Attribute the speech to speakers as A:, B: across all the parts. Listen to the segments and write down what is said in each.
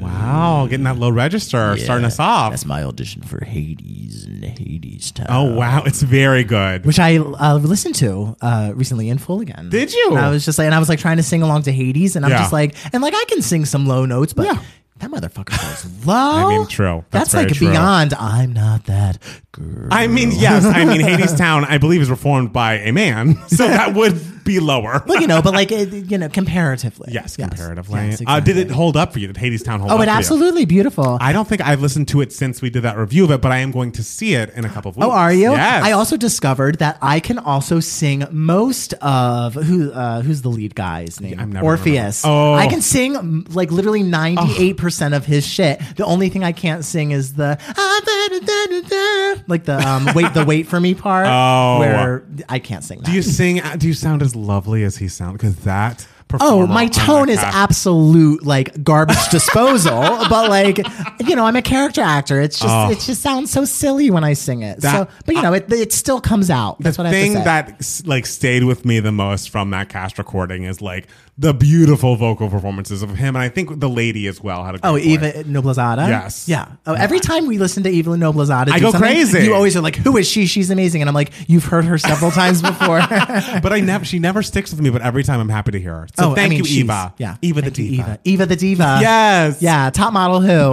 A: Wow, Oh, getting that low register, starting us off.
B: That's my audition for Hades and Hades Town.
A: oh wow, it's very good.
C: Uh, which I uh, listened to uh, recently in full again.
A: Did you?
C: And I was just like, and I was like trying to sing along to Hades, and I'm
A: Yeah.
C: just like, and like I can sing some low notes, but
A: Yeah.
C: that motherfucker goes low. I
A: mean, true. That's
C: That's,
A: very
C: like
A: true.
C: beyond. I'm not that girl.
A: I mean, yes, I mean Hades Town, I believe, is reformed by a man, so that would be lower.
C: Well, you know, but like it, you know, comparatively.
A: yes, comparatively.
C: Yes,
A: uh, did
C: exactly.
A: it hold up for you? Did Hades Town hold
C: Oh,
A: up?
C: it
A: for you?
C: absolutely beautiful.
A: I don't think I've listened to it since we did that review of it, but I am going to see it in a couple of weeks.
C: Oh, are you?
A: Yes.
C: I also discovered that I can also sing most of who uh, who's the lead guy's name?
A: I'm never
C: Orpheus.
A: gonna remember. Oh.
C: I can sing mm, like literally 98% of his shit. The only thing I can't sing is the "Ah, like the um wait the wait for me part
A: Oh.
C: where I can't sing that.
A: Do you sing? Do you sound as lovely as he sounds? Because that.
C: Oh,
A: performer
C: my
A: on that
C: tone is
A: cast-
C: absolute like garbage disposal, but like you know, I'm a character actor. It's just it just sounds so silly when I sing it.
A: Oh. That-
C: so, but you know, it it still comes out. That's
A: the
C: what I
A: thing
C: have to say.
A: that s- like stayed with me the most from that cast recording is like the beautiful vocal performances of him, and I think the lady as well had a. Great
C: Oh,
A: voice.
C: Eva Noblezada.
A: Yes.
C: Yeah. Oh, every time we listen to Eva Noblezada,
A: I go
C: do something,
A: crazy.
C: You always are like, "Who is she? She's amazing," and I'm like, "You've heard her several times before." Oh,
A: But I never. She never sticks with me. But every time I'm happy to hear her. So
C: I
A: thank
C: mean,
A: you,
C: she's-
A: Eva.
C: Yeah.
A: Eva
C: Thank
A: the
C: you,
A: diva.
C: Eva. Eva the diva.
A: Yes.
C: Yeah. Top model who?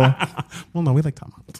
A: Well, no, we like Tom Holland.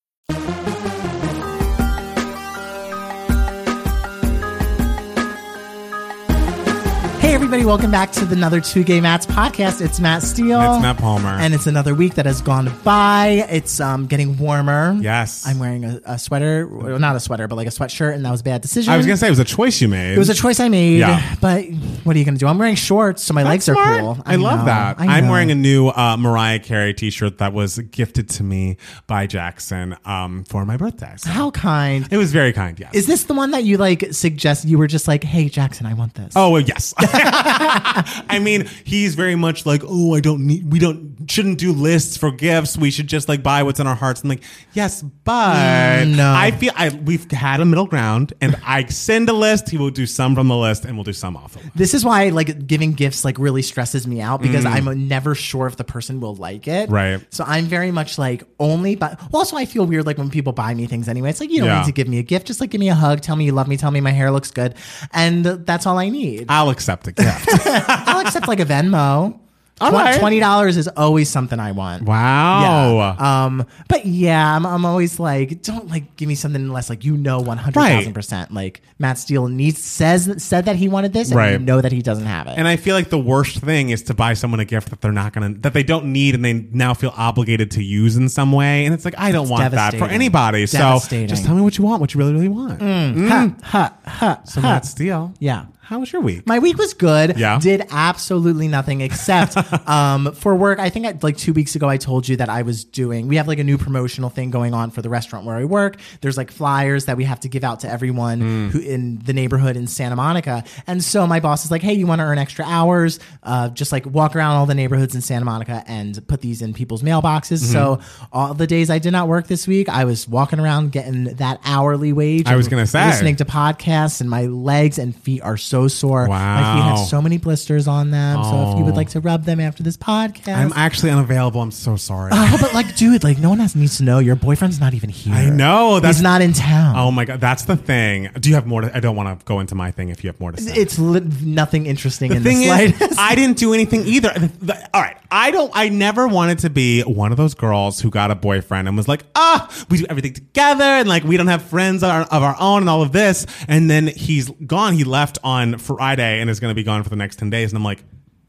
C: Hey, everybody! Welcome back to the another Two Gay Mats podcast. It's Matt Steele.
A: And it's Matt Palmer.
C: Oh, and it's another week that has gone by. It's um, getting warmer.
A: Yes.
C: I'm wearing a, a sweater, well, not a sweater, but like a sweatshirt, and that was a bad decision.
A: I was gonna say it was a choice you made.
C: It was a choice I made,
A: Yeah.
C: but what are you going to do? I'm wearing shorts, so my legs are
A: Smart.
C: cool.
A: I, love
C: know,
A: that.
C: I
A: I'm
C: know.
A: wearing a new uh, Mariah Carey T-shirt that was gifted to me by Jackson um, for my birthday. So
C: How kind.
A: it was very kind. Yes.
C: Is this the one that you like suggest? You were just like, hey, Jackson, I want this.
A: Oh well, yes. I mean, he's very much like, oh, I don't need, we don't, shouldn't do lists for gifts. We should just like buy what's in our hearts. I'm like, yes, but
C: Mm, no.
A: I feel I we've had a middle ground, and I send a list. He will do some from the list, and we'll do some off. the list.
C: This is why like giving gifts like really stresses me out because I'm never sure if the person will like it.
A: Mm. Right.
C: So I'm very much like only buy. Well, also I feel weird like when people buy me things anyway. It's like you don't
A: Yeah.
C: need to give me a gift. Just like give me a hug, tell me you love me, tell me my hair looks good, and that's all I need.
A: I'll accept a gift.
C: I'll accept like a Venmo.
A: All right.
C: Twenty dollars is always something I want.
A: wow.
C: Um, but yeah, I'm, I'm always like, don't like give me something unless like you know 100,000 percent. Like Matt Steele needs says said that he wanted this, and
A: Right.
C: you know that he doesn't have it.
A: And I feel like the worst thing is to buy someone a gift that they're not gonna that they don't need and they now feel obligated to use in some way. And it's like I don't want that for
C: devastating.
A: anybody. So
C: Devastating. Mm.
A: just tell me what you want, what you really, really want.
C: ha, ha, ha,
A: mm. So
C: ha.
A: Matt Steele.
C: Yeah.
A: How was your week?
C: My week was good.
A: Yeah.
C: Did absolutely nothing except um, for work. I think I, like two weeks ago, I told you that I was doing, we have like a new promotional thing going on for the restaurant where I work. There's like flyers that we have to give out to everyone
A: Hmm.
C: who in the neighborhood in Santa Monica. And so my boss is like, hey, you want to earn extra hours? Uh, just like walk around all the neighborhoods in Santa Monica and put these in people's mailboxes.
A: Mm-hmm.
C: So all the days I did not work this week, I was walking around getting that hourly wage.
A: I was
C: and
A: gonna say.
C: Listening to podcasts, and my legs and feet are so sore. My feet
A: Wow. Oh.
C: have so many blisters on them. So if you would like to rub them after this podcast.
A: I'm actually unavailable. I'm so sorry.
C: oh, but like, dude, like, no one else needs to know. Your boyfriend's not even here.
A: I know, that's-
C: He's not in town.
A: oh my god, that's the thing. Do you have more? To, I don't want to go into my thing if you have more to say.
C: It's li- nothing interesting
A: the
C: in
A: thing
C: the
A: is,
C: slightest.
A: I didn't do anything either. The- the- All right, I don't. I never wanted to be one of those girls who got a boyfriend and was like, "Ah, we do everything together, and like we don't have friends of our, of our own, and all of this." And then he's gone. He left on Friday and is going to be gone for the next ten days. And I'm like.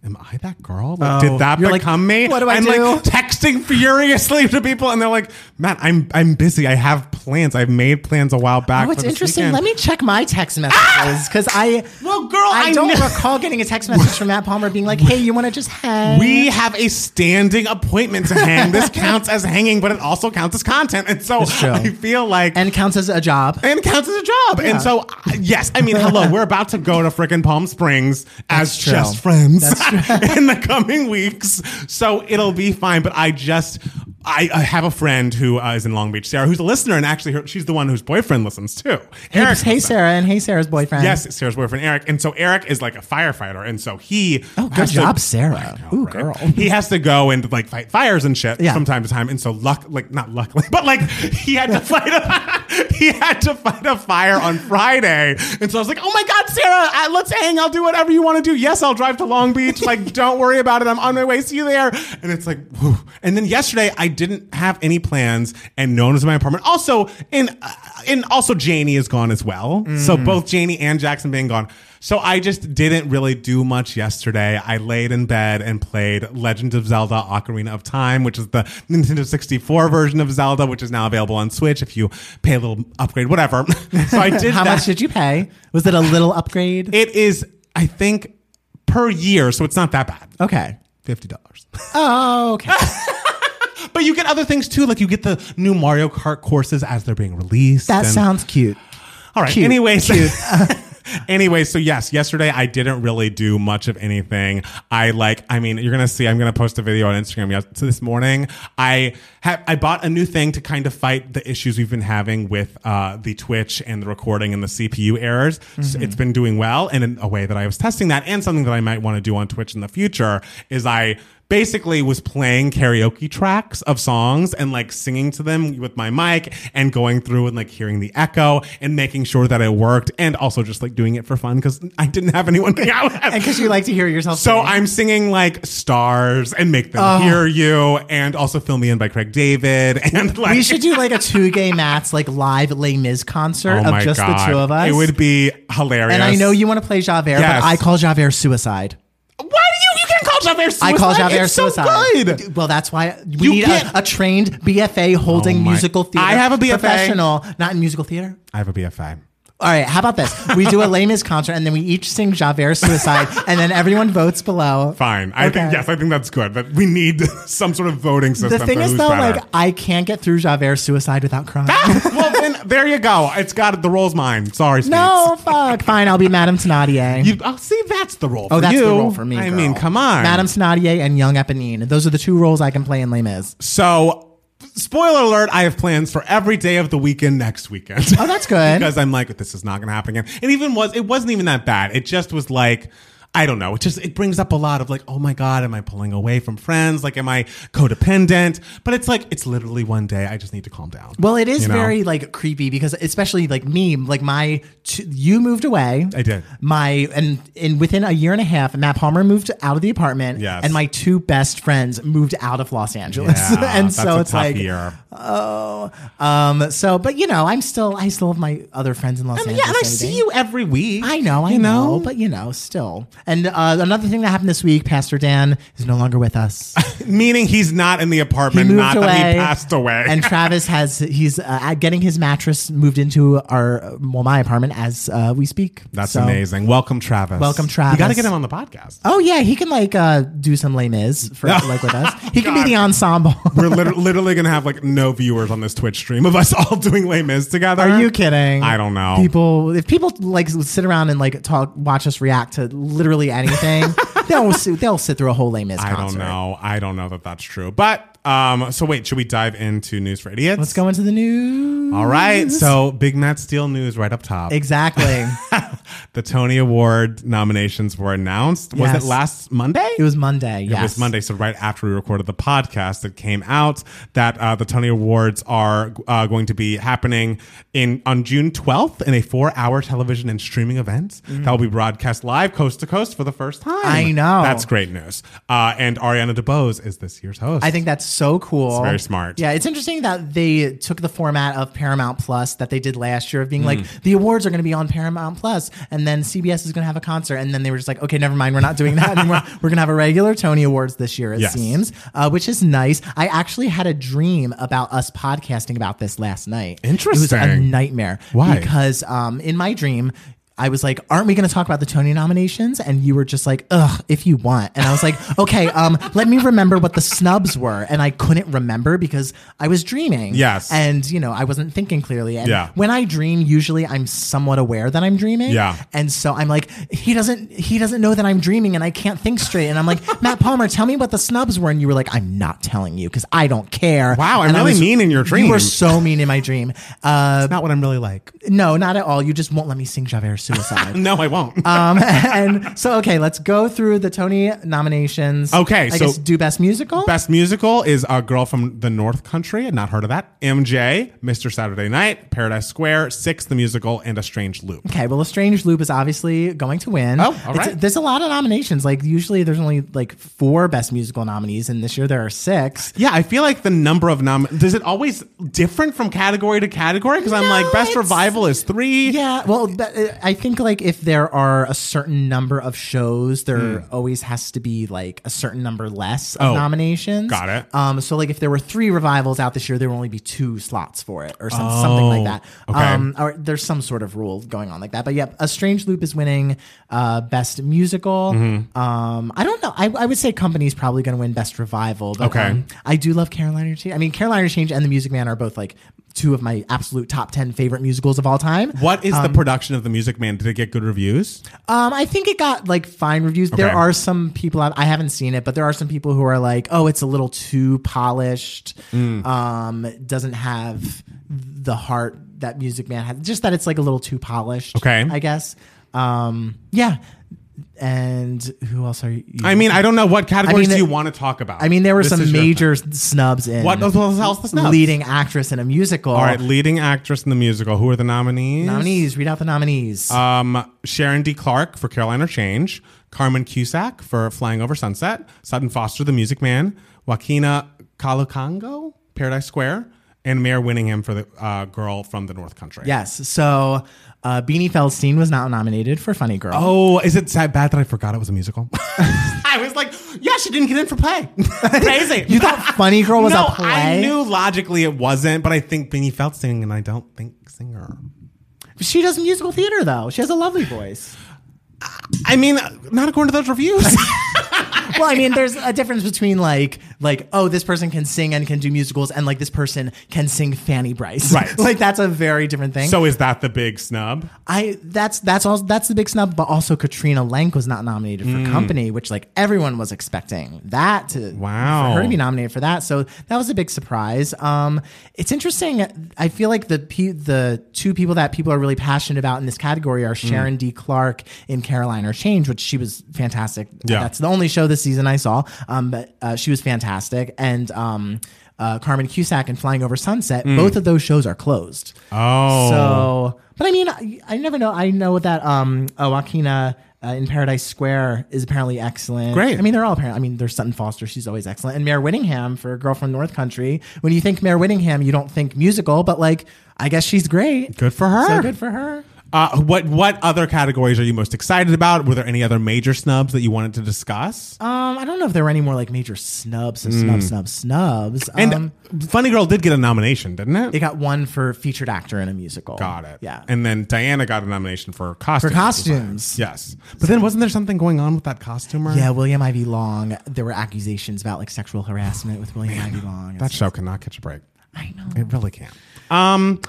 A: Am I that girl? Like,
C: Oh,
A: did that
C: you're like,
A: become me?
C: what do I
A: I'm
C: do?
A: like texting texting furiously to people, and they're like, "Matt, I'm I'm busy. I have plans. I've made plans a while back."
C: Oh, it's
A: for this
C: interesting.
A: weekend." Ah!
C: Let me check my text messages because I
A: Well, girl, I
C: don't
A: know-
C: recall getting a text message from Matt Palmer being like, "Hey, you want to just hang?"
A: We have a standing appointment to hang. This counts as hanging, but it also counts as content. And so
C: It's true.
A: I feel like
C: and counts as a job.
A: and it counts as a job. And so, uh, yes, I mean, hello, we're about to go to frickin' Palm Springs as
C: true.
A: just friends in the coming weeks. So it'll be fine. But I just. I, I have a friend who uh, is in Long Beach, Sarah, who's a listener, and actually, her, she's the one whose boyfriend listens too.
C: Hey,
A: Eric
C: hey,
A: listens.
C: Sarah, and hey, Sarah's boyfriend.
A: Yes, Sarah's boyfriend Eric, and so Eric is like a firefighter, and so he
C: Oh, good
A: has to-
C: job, Sarah.
A: I know,
C: Ooh,
A: right?
C: girl.
A: He has to go and like fight fires and shit
C: Yeah.
A: from time to time, and so luck, like not luckily, but like he had to fight a he had to fight a fire on Friday, and so I was like, oh my god, Sarah, I, let's hang. I'll do whatever you want to do. Yes, I'll drive to Long Beach. Like, don't worry about it. I'm on my way. See you there. And it's like, whew. and then yesterday I didn't have any plans, and no one was in my apartment. Also, and uh, and also Janie is gone as well. So both Janie and Jackson being gone. So I just didn't really do much yesterday. I laid in bed and played Legend of Zelda Ocarina of Time, which is the Nintendo 64 version of Zelda, which is now available on Switch if you pay a little upgrade, whatever. so I did
C: How
A: that.
C: much did you pay? Was it a little upgrade?
A: it is, I think, per year, so it's not that bad.
C: okay.
A: $50.
C: Oh, okay.
A: But you get other things too, like you get the new Mario Kart courses as they're being released.
C: That
A: and-
C: sounds cute.
A: All right.
C: Cute.
A: Anyways. Anyway, so yes, yesterday I didn't really do much of anything. I like, I mean, you're gonna see. I'm gonna post a video on Instagram yes- so this morning. I have I bought a new thing to kind of fight the issues we've been having with uh, the Twitch and the recording and the CPU errors. So
C: Mm-hmm.
A: it's been doing well, and in a way that I was testing that, and something that I might want to do on Twitch in the future is I basically was playing karaoke tracks of songs and like singing to them with my mic and going through and like hearing the echo and making sure that it worked and also just like doing it for fun because I didn't have anyone to hang out with.
C: Because you like to hear yourself.
A: So
C: sing.
A: I'm singing like stars and make them
C: Oh.
A: hear you and also fill me in by Craig David and like
C: we should do like a two gay Matt's like live Les Mis concert
A: Oh
C: of
A: my
C: just
A: God.
C: the two of us.
A: It would be hilarious.
C: and I know you want to play Javert,
A: Yes.
C: but I call Javert suicide.
A: Why do you? You can't call Javert suicide.
C: I call Javert
A: it's
C: suicide.
A: So good.
C: Well, that's why we
A: You
C: need
A: can't-
C: a, a trained BFA holding
A: Oh my-
C: musical theater.
A: I have a BFA.
C: professional, not in musical theater.
A: I have a BFI.
C: All right, how about this? We do a Les Mis concert, and then we each sing Javert suicide, and then everyone votes below.
A: Fine. I think
C: Okay.
A: yes. I think that's good. But we need some sort of voting system.
C: The thing
A: for
C: is,
A: who's
C: though,
A: better.
C: like I can't get through Javert suicide without crying.
A: well, then there you go. It's got the role's mine. Sorry,
C: no, fuck. Fine, I'll be Madame Tenardier.
A: Speaks. You, oh, see, that's the role.
C: oh,
A: for
C: that's
A: you.
C: the role for me.
A: I
C: girl.
A: mean, come on,
C: Madame Tenardier and Young Eponine. Those are the two roles I can play in Les Mis.
A: So, spoiler alert: I have plans for every day of the weekend next weekend.
C: Oh, that's good.
A: because I'm like, this is not going to happen again. It even was. It wasn't even that bad. It just was like. I don't know. It just it brings up a lot of like, oh my god, am I pulling away from friends? Like, am I codependent? But it's like it's literally one day. I just need to calm down.
C: Well, it is
A: you know?
C: very like creepy because especially like me, like my t- you moved away.
A: I did.
C: My and and within a year and a half, Matt Palmer moved out of the apartment.
A: Yes.
C: And my two best friends moved out of Los Angeles.
A: Yeah,
C: and
A: that's
C: so
A: a
C: it's
A: tough
C: like
A: year.
C: oh um so but you know, I'm still I still have my other friends in Los
A: I mean, yeah,
C: Angeles.
A: and I
C: and everything.
A: see you every week.
C: I know, I
A: You
C: know, but you know, still. And uh, another thing that happened this week, Pastor Dan is no longer with us.
A: meaning he's not in the apartment. not that he passed away.
C: And Travis has he's uh, at- getting his mattress moved into our well my apartment as uh, we speak.
A: That's
C: So-
A: amazing. Welcome, Travis.
C: Welcome,
A: You got to
C: Travis.
A: get him on the podcast.
C: Oh yeah, he can like uh, do some Les Mis for like with us. He can be
A: God.
C: the ensemble.
A: We're liter- literally going to have like no viewers on this Twitch stream of us all doing Les Mis together.
C: Are you kidding?
A: I don't know.
C: People, if people like sit around and like talk, watch us react to literally anything, they'll sit- they'll sit through a whole Les Mis
A: I
C: concert.
A: don't know. I don't know that that's true. But um, so wait, should we dive into news for idiots?
C: Let's go into the news.
A: All right. So Big Matt Steele news right up top.
C: Exactly.
A: the Tony Award nominations were announced. Was
C: Yes.
A: it last Monday?
C: it was Monday. Yes.
A: It was Monday, so right after we recorded the podcast, it came out that uh, the Tony Awards are uh, going to be happening in on June 12th in a four-hour television and streaming event that will be broadcast live coast to coast for the first time.
C: I know.
A: that's great news. Uh, and Ariana DeBose is this year's host.
C: I think that's so cool.
A: It's very smart.
C: Yeah, it's interesting that
A: Mm.
C: they took the format of Paramount Plus that they did last year of being like the awards are going to be on Paramount Plus, and then CBS is going to have a concert, and then they were just like, okay, never mind, we're not doing that anymore. we're going to have a regular Tony Awards this year, it
A: Yes.
C: seems, uh, which is nice. I actually had a dream about us podcasting about this last night. It was a
A: Interesting.
C: nightmare.
A: Why?
C: Because um, in my dream. I was like, "Aren't we going to talk about the Tony nominations?" And you were just like, "Ugh, if you want." And I was like, "Okay, um, let me remember what the snubs were." And I couldn't remember because I was dreaming.
A: Yes.
C: and you know I wasn't thinking clearly. And
A: Yeah.
C: when I dream, usually I'm somewhat aware that I'm dreaming.
A: Yeah.
C: and so I'm like, "He doesn't, he doesn't know that I'm dreaming, and I can't think straight." And I'm like, "Matt Palmer, tell me what the snubs were." And you were like, "I'm not telling you because I don't care."
A: Wow, I'm
C: And I
A: really mean in your
C: You
A: dream.
C: were so mean in my dream. Uh,
A: That's not what I'm really like.
C: no, not at all. You just won't let me sing Javert's Suicide.
A: No, I won't.
C: um, and so, okay, let's go through the Tony nominations.
A: Okay,
C: I
A: so-
C: guess do Best Musical.
A: Best musical is a girl from the North Country. I'd not heard of that. MJ, Mr. Saturday Night, Paradise Square, Six the Musical, and A Strange Loop.
C: Okay, well, A Strange Loop is obviously going to win.
A: Oh, all
C: It's-
A: right.
C: There's a lot of nominations. Like usually, there's only like four Best Musical nominees, and this year there are six.
A: Yeah, I feel like the number of nom is it always different from category to category? Because I'm
C: No,
A: like best
C: it's-
A: revival is three.
C: Yeah, well, but, uh, I think like if there are a certain number of shows, there always has to be like a certain number less of
A: Hmm. Oh,
C: nominations.
A: got it.
C: Um, so like if there were three revivals out this year, there would only be two slots for it, or some, something like that.
A: Oh, okay.
C: Um, or there's some sort of rule going on like that. But yeah, A Strange Loop is winning uh, best musical.
A: Mm-hmm.
C: Um, I don't know. I, I would say Company's probably going to win best revival. But,
A: Okay.
C: um, I do love Carolina Change. I mean, Carolina Change and The Music Man are both like two of my absolute top ten favorite musicals of all time.
A: What is the production of The Music Man? Did it get good reviews?
C: Um, I think it got like fine reviews. There
A: Okay.
C: are some people I, I haven't seen it, but there are some people who are like, "Oh, it's a little too polished.
A: Mm.
C: Um, it doesn't have the heart that Music Man has. Just that it's like a little too polished."
A: Okay.
C: I guess. Um, yeah. And who else are you?
A: I mean, I don't know what categories
C: mean,
A: do you
C: it-
A: want to talk about.
C: I mean, there were
A: This
C: some
A: is your thing.
C: major snubs in
A: What what else the snubs?
C: leading actress in a musical.
A: All right, leading actress in the musical. Who are the nominees?
C: Nominees, read out the nominees.
A: Um, Sharon D. Clark for Carolina Change, Carmen Cusack for Flying Over Sunset, Sutton Foster, The Music Man, Joaquina Calucango, Paradise Square, and Mayor Winningham for the uh, girl from the North Country.
C: yes. So uh, Beanie Feldstein was not nominated for Funny Girl.
A: Oh, is it sad, bad that I forgot it was a musical? I was like, yeah, she didn't get in for play. Crazy.
C: You thought Funny Girl was
A: no,
C: a play?
A: I knew logically it wasn't, but I think Benny felt singing, and I don't think singer.
C: She does musical theater though. She has a lovely voice.
A: I mean, not according to those reviews.
C: well, I mean, there's a difference between like like oh, this person can sing and can do musicals, and like this person can sing Fanny Bryce.
A: Right.
C: like that's a very different thing.
A: so is that the big snub?
C: I that's that's all that's the big snub. But also Katrina Lenk was not nominated for
A: Hmm.
C: Company, which like everyone was expecting that to
A: Wow.
C: for her to be nominated for that. So that was a big surprise. Um, it's interesting. I feel like the pe- the two people that people are really passionate about in this category
A: Hmm.
C: are Sharon D. Clark in Caroline or Change, which she was fantastic.
A: Yeah.
C: that's the only show this season I saw. Um, but uh, she was fantastic and. Um, uh, Carmen Cusack and Flying Over Sunset. Both of those shows are closed.
A: Hmm. Oh.
C: So, but I mean, I, I never know. I know that um, uh, Joaquina uh, in Paradise Square is apparently excellent.
A: Great.
C: I mean, they're all apparent. I mean, there's Sutton Foster. She's always excellent. And Mayor Whittingham for a girl from North Country. When you think Mayor Whittingham, you don't think musical, but like, I guess she's great.
A: Good for her.
C: So good for her.
A: Uh, what what other categories are you most excited about? Were there any other major snubs that you wanted to discuss?
C: Um, I don't know if there were any more like major snubs, and snubs, snubs, snubs.
A: Mm. and
C: um,
A: Funny Girl did get a nomination, didn't it?
C: it got one for featured actor in a musical.
A: got it.
C: Yeah.
A: And then Diana got a nomination for
C: for
A: costumes.
C: costumes.
A: Yes. But then wasn't there something going on with that costumer?
C: Yeah, William Ivy Long. There were accusations about like sexual harassment with William Ivy Long.
A: That show cannot catch a break.
C: I know.
A: It really can. Um,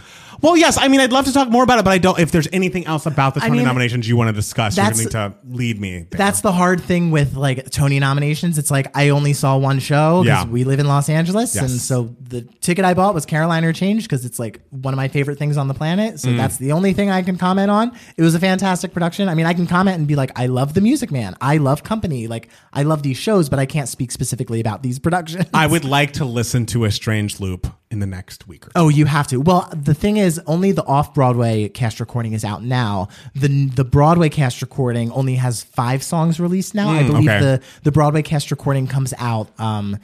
A: well, yes. I mean, I'd love to talk more about it, but I don't. If there's anything else about the Tony
C: mean,
A: nominations you want to discuss, you're gonna
C: that's-
A: need to lead me. there.
C: That's the hard thing with like Tony nominations. It's like I only saw one show
A: Yeah.
C: because we live in Los Angeles,
A: Yes.
C: and so the ticket I bought was Carolina Change because it's like one of my favorite things on the planet.
A: Mm.
C: So that's the only thing I can comment on. It was a fantastic production. I mean, I can comment and be like, I love The Music Man, I love Company, like I love these shows, but I can't speak specifically about these productions.
A: I would like to listen to a strange loop in the next week or two.
C: Oh, you have to. Well, the thing is, only the off Broadway cast recording is out now. the The Broadway cast recording only has five songs released now. I believe
A: Hmm, okay.
C: the the Broadway cast recording comes out um,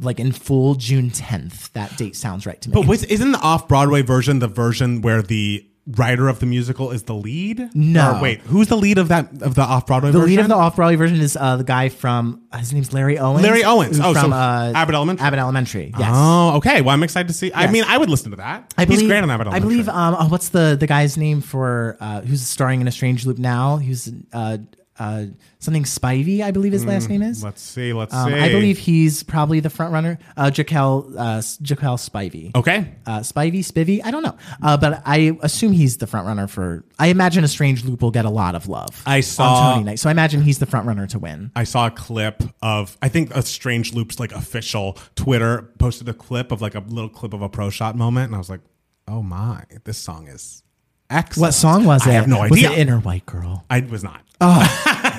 C: like in full June tenth. That date sounds right to me.
A: But was, isn't the off Broadway version the version where the writer of the musical is the lead?
C: No.
A: Or wait, who's the lead of that of the off Broadway?
C: The lead of the off-Broadway version is uh, the guy from his name's Larry Owens.
A: Larry Owens.
C: who's uh,
A: Oh, so Abbott Elementary.
C: Abbott Elementary. Yes.
A: Oh, okay. Well, I'm excited to see. I
C: Yes.
A: mean, I would listen to that.
C: I believe,
A: He's great on Abbott Elementary.
C: I believe. Um, oh, what's the the guy's name for uh, who's starring in A Strange Loop now? Who's uh, uh, something Spivey? I believe his last
A: Hmm.
C: name is.
A: Let's see. Let's
C: Um,
A: see.
C: I believe he's probably the front runner. Uh, Jaquel uh, S- Jaquel Spivey.
A: Okay.
C: Uh, Spivey, Spivey, I don't know, uh, but I assume he's the front runner for. I imagine a strange loop will get a lot of love.
A: I saw-
C: on Tony night, so I imagine he's the front runner to win.
A: I saw a clip of I think a Strange Loops like official Twitter posted a clip of like a little clip of a pro shot moment, and I was like, oh my, this song is excellent.
C: What Oh. song was it?
A: I have no
C: Was
A: idea.
C: it Inner White Girl?
A: I was not.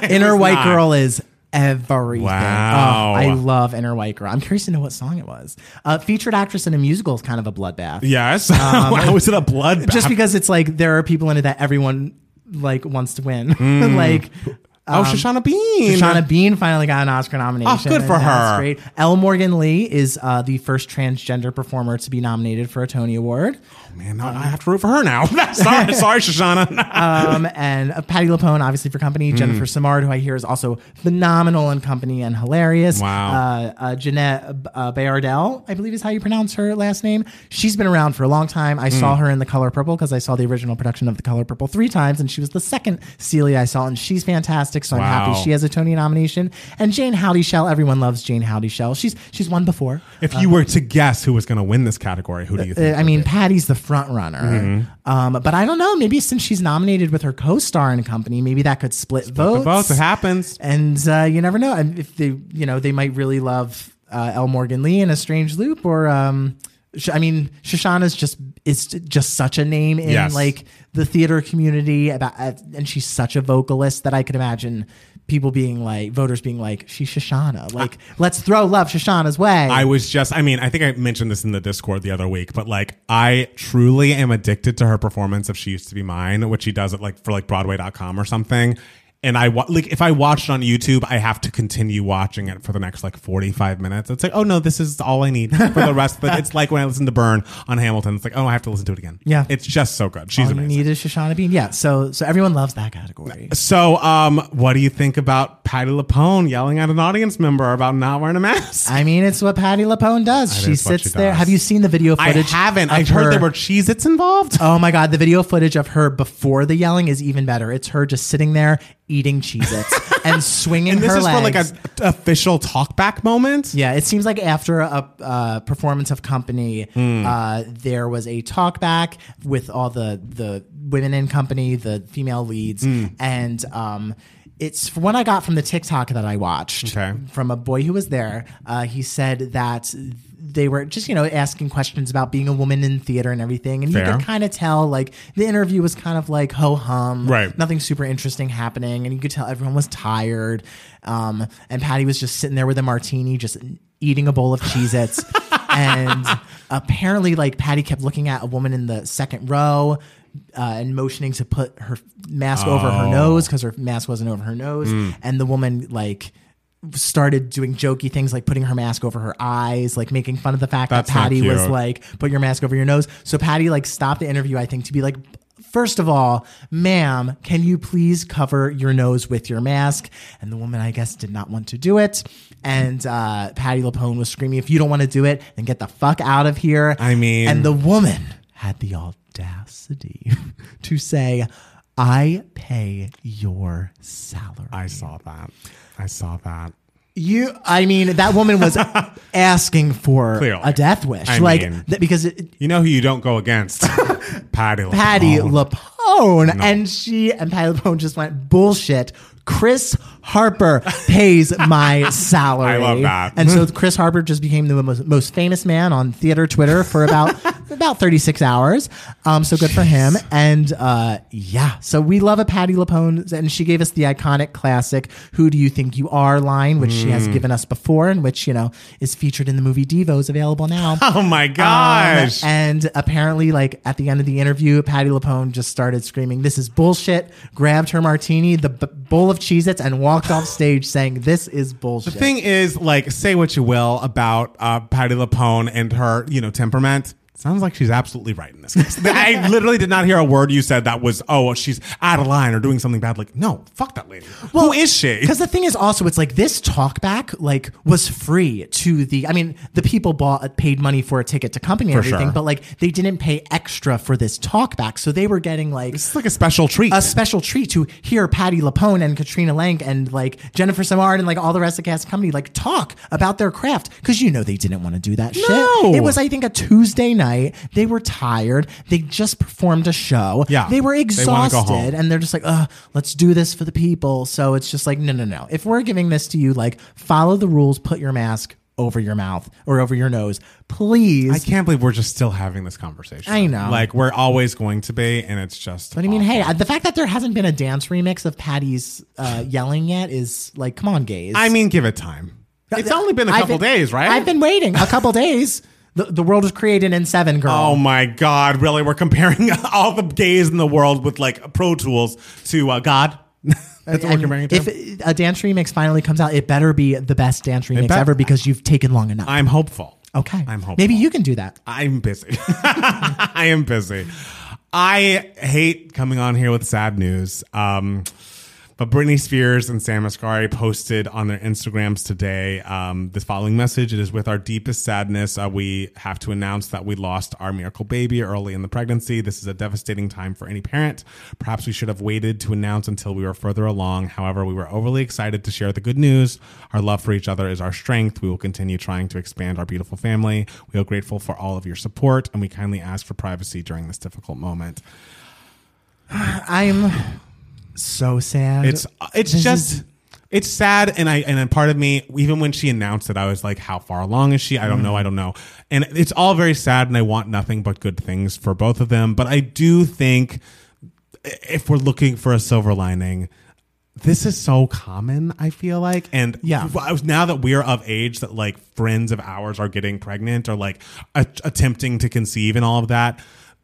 C: Inner White
A: not.
C: Girl is everything.
A: Wow.
C: Oh, I love Inner White Girl. I'm curious to know what song it was. Uh, featured actress in a musical is kind of a bloodbath.
A: yes. I was in a blood.
C: Um, Just because it's like there are people in it that everyone like wants to win.
A: Mm.
C: like um,
A: oh, Shoshana Bean.
C: Shauna Bean finally got an Oscar nomination.
A: Oh, good
C: and
A: for
C: that's
A: her.
C: Great. Elle Morgan Lee is uh, the first transgender performer to be nominated for a Tony Award.
A: Oh, Man, now I have to root for her now. sorry, sorry, Shoshana.
C: um, and uh, Patty Lapone, obviously for
A: Hmm.
C: Company. Jennifer Simard, who I hear is also phenomenal in Company and hilarious.
A: Wow.
C: Uh, uh, Jeanette uh, Bayardell, I believe is how you pronounce her last name. She's been around for a long time. I saw
A: Hmm.
C: her in The Color Purple because I saw the original production of The Color Purple three times, and she was the second Celia I saw, and she's fantastic. So I'm happy
A: Wow.
C: she has a Tony nomination. And Jane Howdy Shell, everyone loves Jane Howdy Shell. She's she's won before.
A: if you were to guess who was going to win this category, who do you think?
C: I mean, Patty's the front runner,
A: Mm-hmm.
C: um, but I don't know. Maybe since she's nominated with her co-star in company, maybe that could split,
A: The
C: votes.
A: votes. It happens.
C: and uh, you never know. And if they, you know, they might really love uh, El Morgan Lee in a strange loop, or um, sh- I mean, Shoshana's just is just such a name in
A: Yes.
C: like the theater community. About uh, and she's such a vocalist that I could imagine people being like voters being like, she's Shoshana. Like, let's throw love Shoshana's way.
A: I was just, I mean, I think I mentioned this in the Discord the other week, but like, I truly am addicted to her performance of She Used to Be Mine, which she does it like for like Broadway.com or something. And I wa- like, if I watch it on YouTube, I have to continue watching it for the next like 45 minutes. It's like, oh no, this is all I need for the rest of it. It's like when I listen to Burn on Hamilton, it's like, oh, I have to listen to it again.
C: Yeah.
A: It's just so good. She's
C: All you
A: amazing.
C: need is Shoshana Bean. Yeah. So so everyone loves that category.
A: so, um, what do you think about Patty Lapone yelling at an audience member about not wearing a mask?
C: I mean, it's what Patty Lapone does. She
A: is what
C: sits
A: she
C: there.
A: does.
C: Have you seen the video
A: I
C: footage?
A: haven't.
C: of
A: I've heard
C: her-
A: there were Cheez Its involved.
C: Oh my God, the video footage of her before the yelling is even better. It's her just sitting there eating Cheez Its and swinging
A: And this
C: her
A: is for like
C: legs.
A: an official talkback moment.
C: Yeah, it seems like after a uh, performance of Company,
A: Hmm.
C: uh, there was a talk back with all the the women in Company, the female leads,
A: Hmm.
C: and um, it's from what I got from the TikTok that I watched
A: Okay.
C: from a boy who was there. Uh, he said that they were just you know asking questions about being a woman in theater and everything, and you
A: Fair.
C: could kind of tell like the interview was kind of like ho hum,
A: Right.
C: Um, Nothing super interesting happening, and you could tell everyone was tired. Um, and Patty was just sitting there with a martini, just eating a bowl of Cheez Its. and apparently, like, Patty kept looking at a woman in the second row. Uh, and motioning to put her mask over her
A: Oh.
C: nose because her mask wasn't over her nose,
A: Hmm.
C: and the woman like started doing jokey things like putting her mask over her eyes, like making fun of the fact
A: That's
C: that
A: not
C: Patty was
A: cute.
C: like, put your mask over your nose. So Patty like stopped the interview, I think, to be like, first of all, ma'am, can you please cover your nose with your mask? And the woman, I guess, did not want to do it. And uh, Patty Lapone was screaming, if you don't want to do it, then get the fuck out of here.
A: I mean-
C: and the woman had the audacity to say, I pay your salary.
A: I saw that. I saw that.
C: You, I mean, that woman was asking for
A: Clearly.
C: a death wish,
A: I
C: like
A: mean-
C: that because it,
A: You know who you don't go against? Patty. LaPone.
C: Patty Lapone, and she and Patty Lapone just went bullshit. Chris Harper pays my salary.
A: I love that.
C: And so Chris Harper just became the most, most famous man on theater Twitter for about about 36 hours. Um, so good for him. And uh, yeah, so we love a Patty Lapone, and she gave us the iconic classic "Who Do You Think You Are" line, which she
A: Mm.
C: has given us before, and which you know is featured in the movie Devos, available now.
A: Oh my
C: Um,
A: gosh.
C: and apparently, like at the end of the interview, Patty Lapone just started screaming, "This is bullshit!" Grabbed her martini, the b- bowl of Cheez-Its, and walked off stage saying, "This is bullshit."
A: the thing is, like, say what you will about uh, Patty Lapone and her, you know, temperament. Sounds like she's absolutely right in this case. I literally did not hear a word you said that was, oh, she's out of line or doing something bad. Like, no, fuck that lady. Who is she?
C: Because the thing is, also, it's like this talkback like was free to the. I mean, the people bought paid money for a ticket to company and
A: For
C: everything,
A: sure.
C: but like they didn't pay extra for this talkback, so they were getting like
A: It's like a special treat.
C: a special treat to hear Patty Lapone and Katrina Lang and like Jennifer Samard and like all the rest of the cast company like talk about their craft because you know they didn't want to do that
A: No.
C: shit. It was I think a Tuesday night. They were tired. They just performed a show.
A: Yeah.
C: they were
A: They wanna go
C: exhausted
A: home.
C: and they're just like, uh, let's do this for the people. So it's just like, no, no, no. If we're giving this to you, like follow the rules. Put your mask over your mouth or over your nose, please.
A: I can't believe we're just still having this conversation.
C: I know.
A: Like, we're always going to be, and it's just.
C: But I mean, hey, the fact that there hasn't been a dance remix of Patty's uh, yelling yet is like, come on, gays.
A: I mean, give it time. It's only been a
C: I've
A: couple
C: been-
A: days, right?
C: I've been waiting a couple days. The, the world was created in seven, girl.
A: Oh my God! Really, we're comparing all the gays in the world with like Pro Tools to uh, God. That's what we're
C: And
A: comparing it to.
C: if a dance remix finally comes out, it better be the best dance remix
A: bet-
C: ever because you've taken long enough.
A: I'm hopeful.
C: okay,
A: I'm hopeful.
C: Maybe you can do that.
A: I'm busy. I am busy. I hate coming on here with sad news. Um, but Britney Spears and Sam Asghari posted on their Instagrams today um, this following message. It is with our deepest sadness. Uh, we have to announce that we lost our miracle baby early in the pregnancy. This is a devastating time for any parent. Perhaps we should have waited to announce until we were further along. However, we were overly excited to share the good news. Our love for each other is our strength. We will continue trying to expand our beautiful family. We are grateful for all of your support, and we kindly ask for privacy during this difficult moment.
C: I'm so sad.
A: It's uh, it's
C: This
A: just
C: is-
A: it's sad, and I and a part of me, even when she announced it, I was like, "How far along is she? I don't
C: Mm.
A: know, I don't know." And it's all very sad, and I want nothing but good things for both of them. But I do think if we're looking for a silver lining. This is so common, I feel like. And
C: Yeah.
A: I was- now that we're of age, that like friends of ours are getting pregnant or like a- attempting to conceive and all of that,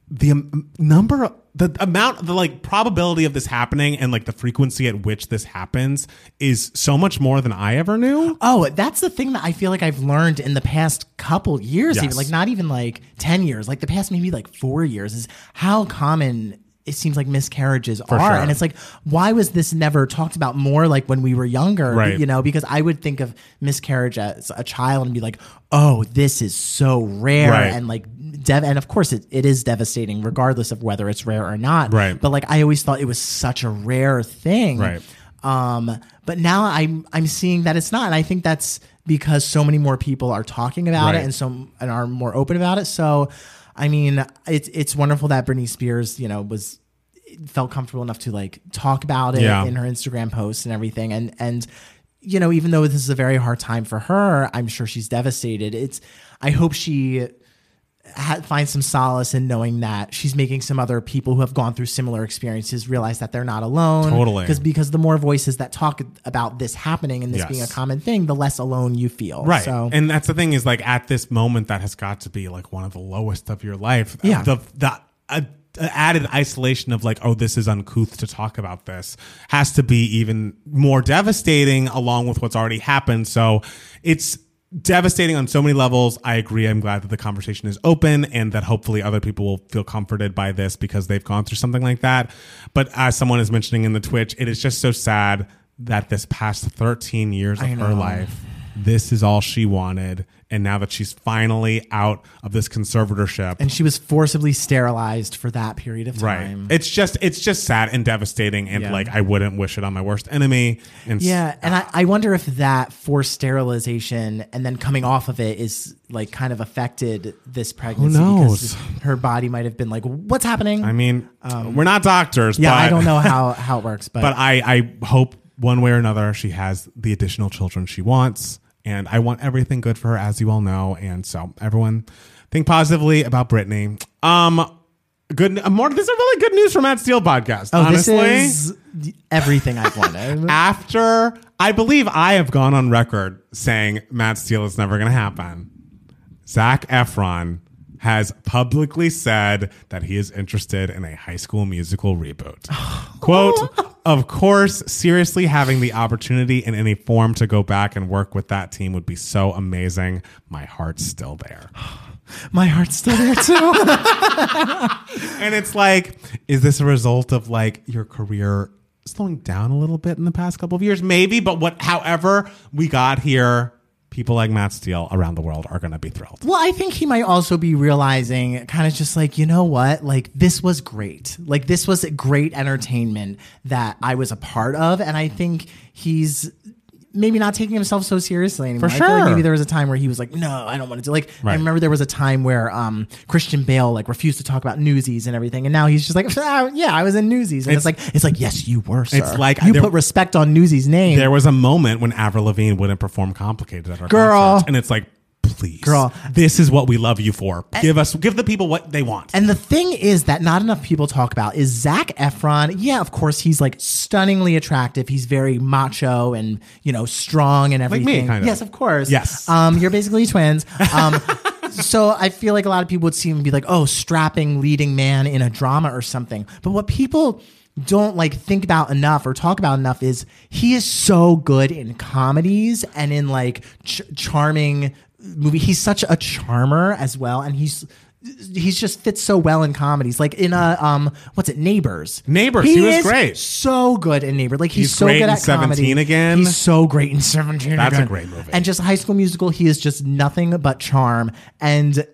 A: the um, number, the amount, the like probability of this happening and like the frequency at which this happens is so much more than I ever knew.
C: Oh, that's the thing that I feel like I've learned in the past couple years,
A: Yes.
C: even like not even like 10 years, like the past maybe like four years, is how common it seems like miscarriages are.
A: sure.
C: And it's like, why was this never talked about more like when we were younger?
A: Right.
C: You know, because I would think of miscarriage as a child and be like, oh, this is so rare.
A: Right.
C: And like, dev- and of course, it, it is devastating, regardless of whether it's rare or not.
A: Right.
C: But like, I always thought it was such a rare thing.
A: Right.
C: Um, but now I'm I'm seeing that it's not, and I think that's because so many more people are talking
A: Right.
C: about it and so and are more open about it. So, I mean, it's it's wonderful that Britney Spears, you know, was felt comfortable enough to like talk about it
A: Yeah.
C: in her Instagram posts and everything, and and you know, even though this is a very hard time for her, I'm sure she's devastated. It's I hope she ha- find some solace in knowing that she's making some other people who have gone through similar experiences realize that they're not alone.
A: Totally.
C: Because because the more voices that talk about this happening and this
A: Yes.
C: being a common thing, the less alone you feel.
A: Right.
C: So
A: And that's the thing is like at this moment, that has got to be like one of the lowest of your life.
C: Yeah.
A: The, the uh, added isolation of like, oh, this is uncouth to talk about this has to be even more devastating along with what's already happened. So it's devastating on so many levels. I agree. I'm glad that the conversation is open and that hopefully other people will feel comforted by this because they've gone through something like that. But as someone is mentioning in the Twitch, it is just so sad that this past 13 years of her life this is all she wanted. And now that she's finally out of this conservatorship,
C: and she was forcibly sterilized for that period of
A: right?
C: time.
A: It's just it's just sad and devastating, and
C: Yeah.
A: like I wouldn't wish it on my worst enemy. And s-
C: Yeah, and I, I wonder if that forced sterilization and then coming off of it is like kind of affected this pregnancy
A: knows?
C: because her body might have been like, "What's happening?"
A: I mean, we're not doctors.
C: Um, yeah,
A: but,
C: I don't know how how it works, but,
A: But I I hope one way or another she has the additional children she wants, and I want everything good for her, as you all know. And so everyone, think positively about Brittany. Um. Good. More. This is really good news from Matt Steele podcast.
C: oh,
A: honestly.
C: this is everything I've wanted.
A: after I believe I have gone on record saying Matt Steele is never going to happen. Zach Efron has publicly said that he is interested in a high school musical reboot. Quote, of course, seriously, having the opportunity in any form to go back and work with that team would be so amazing. My heart's still there.
C: My heart's still there too.
A: And it's like, is this a result of like your career slowing down a little bit in the past couple of years? Maybe, but what however we got here, people like Matt Steele around the world are gonna be thrilled.
C: Well, I think he might also be realizing, kind of just like, you know what? Like, this was great. Like, this was great entertainment that I was a part of. And I think he's maybe not taking himself so seriously anymore.
A: For
C: I feel
A: sure.
C: like maybe there was a time where he was like, no, I don't want to do Like, I
A: Right.
C: remember there was a time where um, Christian Bale, like, refused to talk about newsies and everything. And now he's just like, "Ah, yeah, I was in newsies. And it's, like, it's like, yes, you were, sir.
A: like-
C: you
A: there-
C: put respect on newsies' name.
A: There was a moment when Avril Lavigne wouldn't perform complicated at our
C: Girl.
A: concerts, and it's like, please,
C: Girl.
A: this is what we love you for. give us, give the people what they want.
C: And the thing is that not enough people talk about is Zach Efron. Yeah, of course, he's like stunningly attractive. He's very macho and, you know, strong and
A: me,
C: everything.
A: kind of.
C: Yes, of course.
A: Yes.
C: Um, you're basically twins. Um, so I feel like a lot of people would see him and be like, oh, strapping leading man in a drama or something. But what people don't like think about enough or talk about enough is he is so good in comedies and in like ch- charming movie. He's such a charmer as well, and he's. He's just fits so well in comedies, like in a um, what's it, Neighbors?
A: Neighbors, he was
C: is
A: great.
C: so good in Neighbors. Like he's,
A: He's
C: so
A: great
C: good
A: in
C: at
A: 17
C: comedy.
A: again.
C: He's so great in Seventeen.
A: That's a
C: again.
A: great movie.
C: And just High School Musical, he is just nothing but charm. And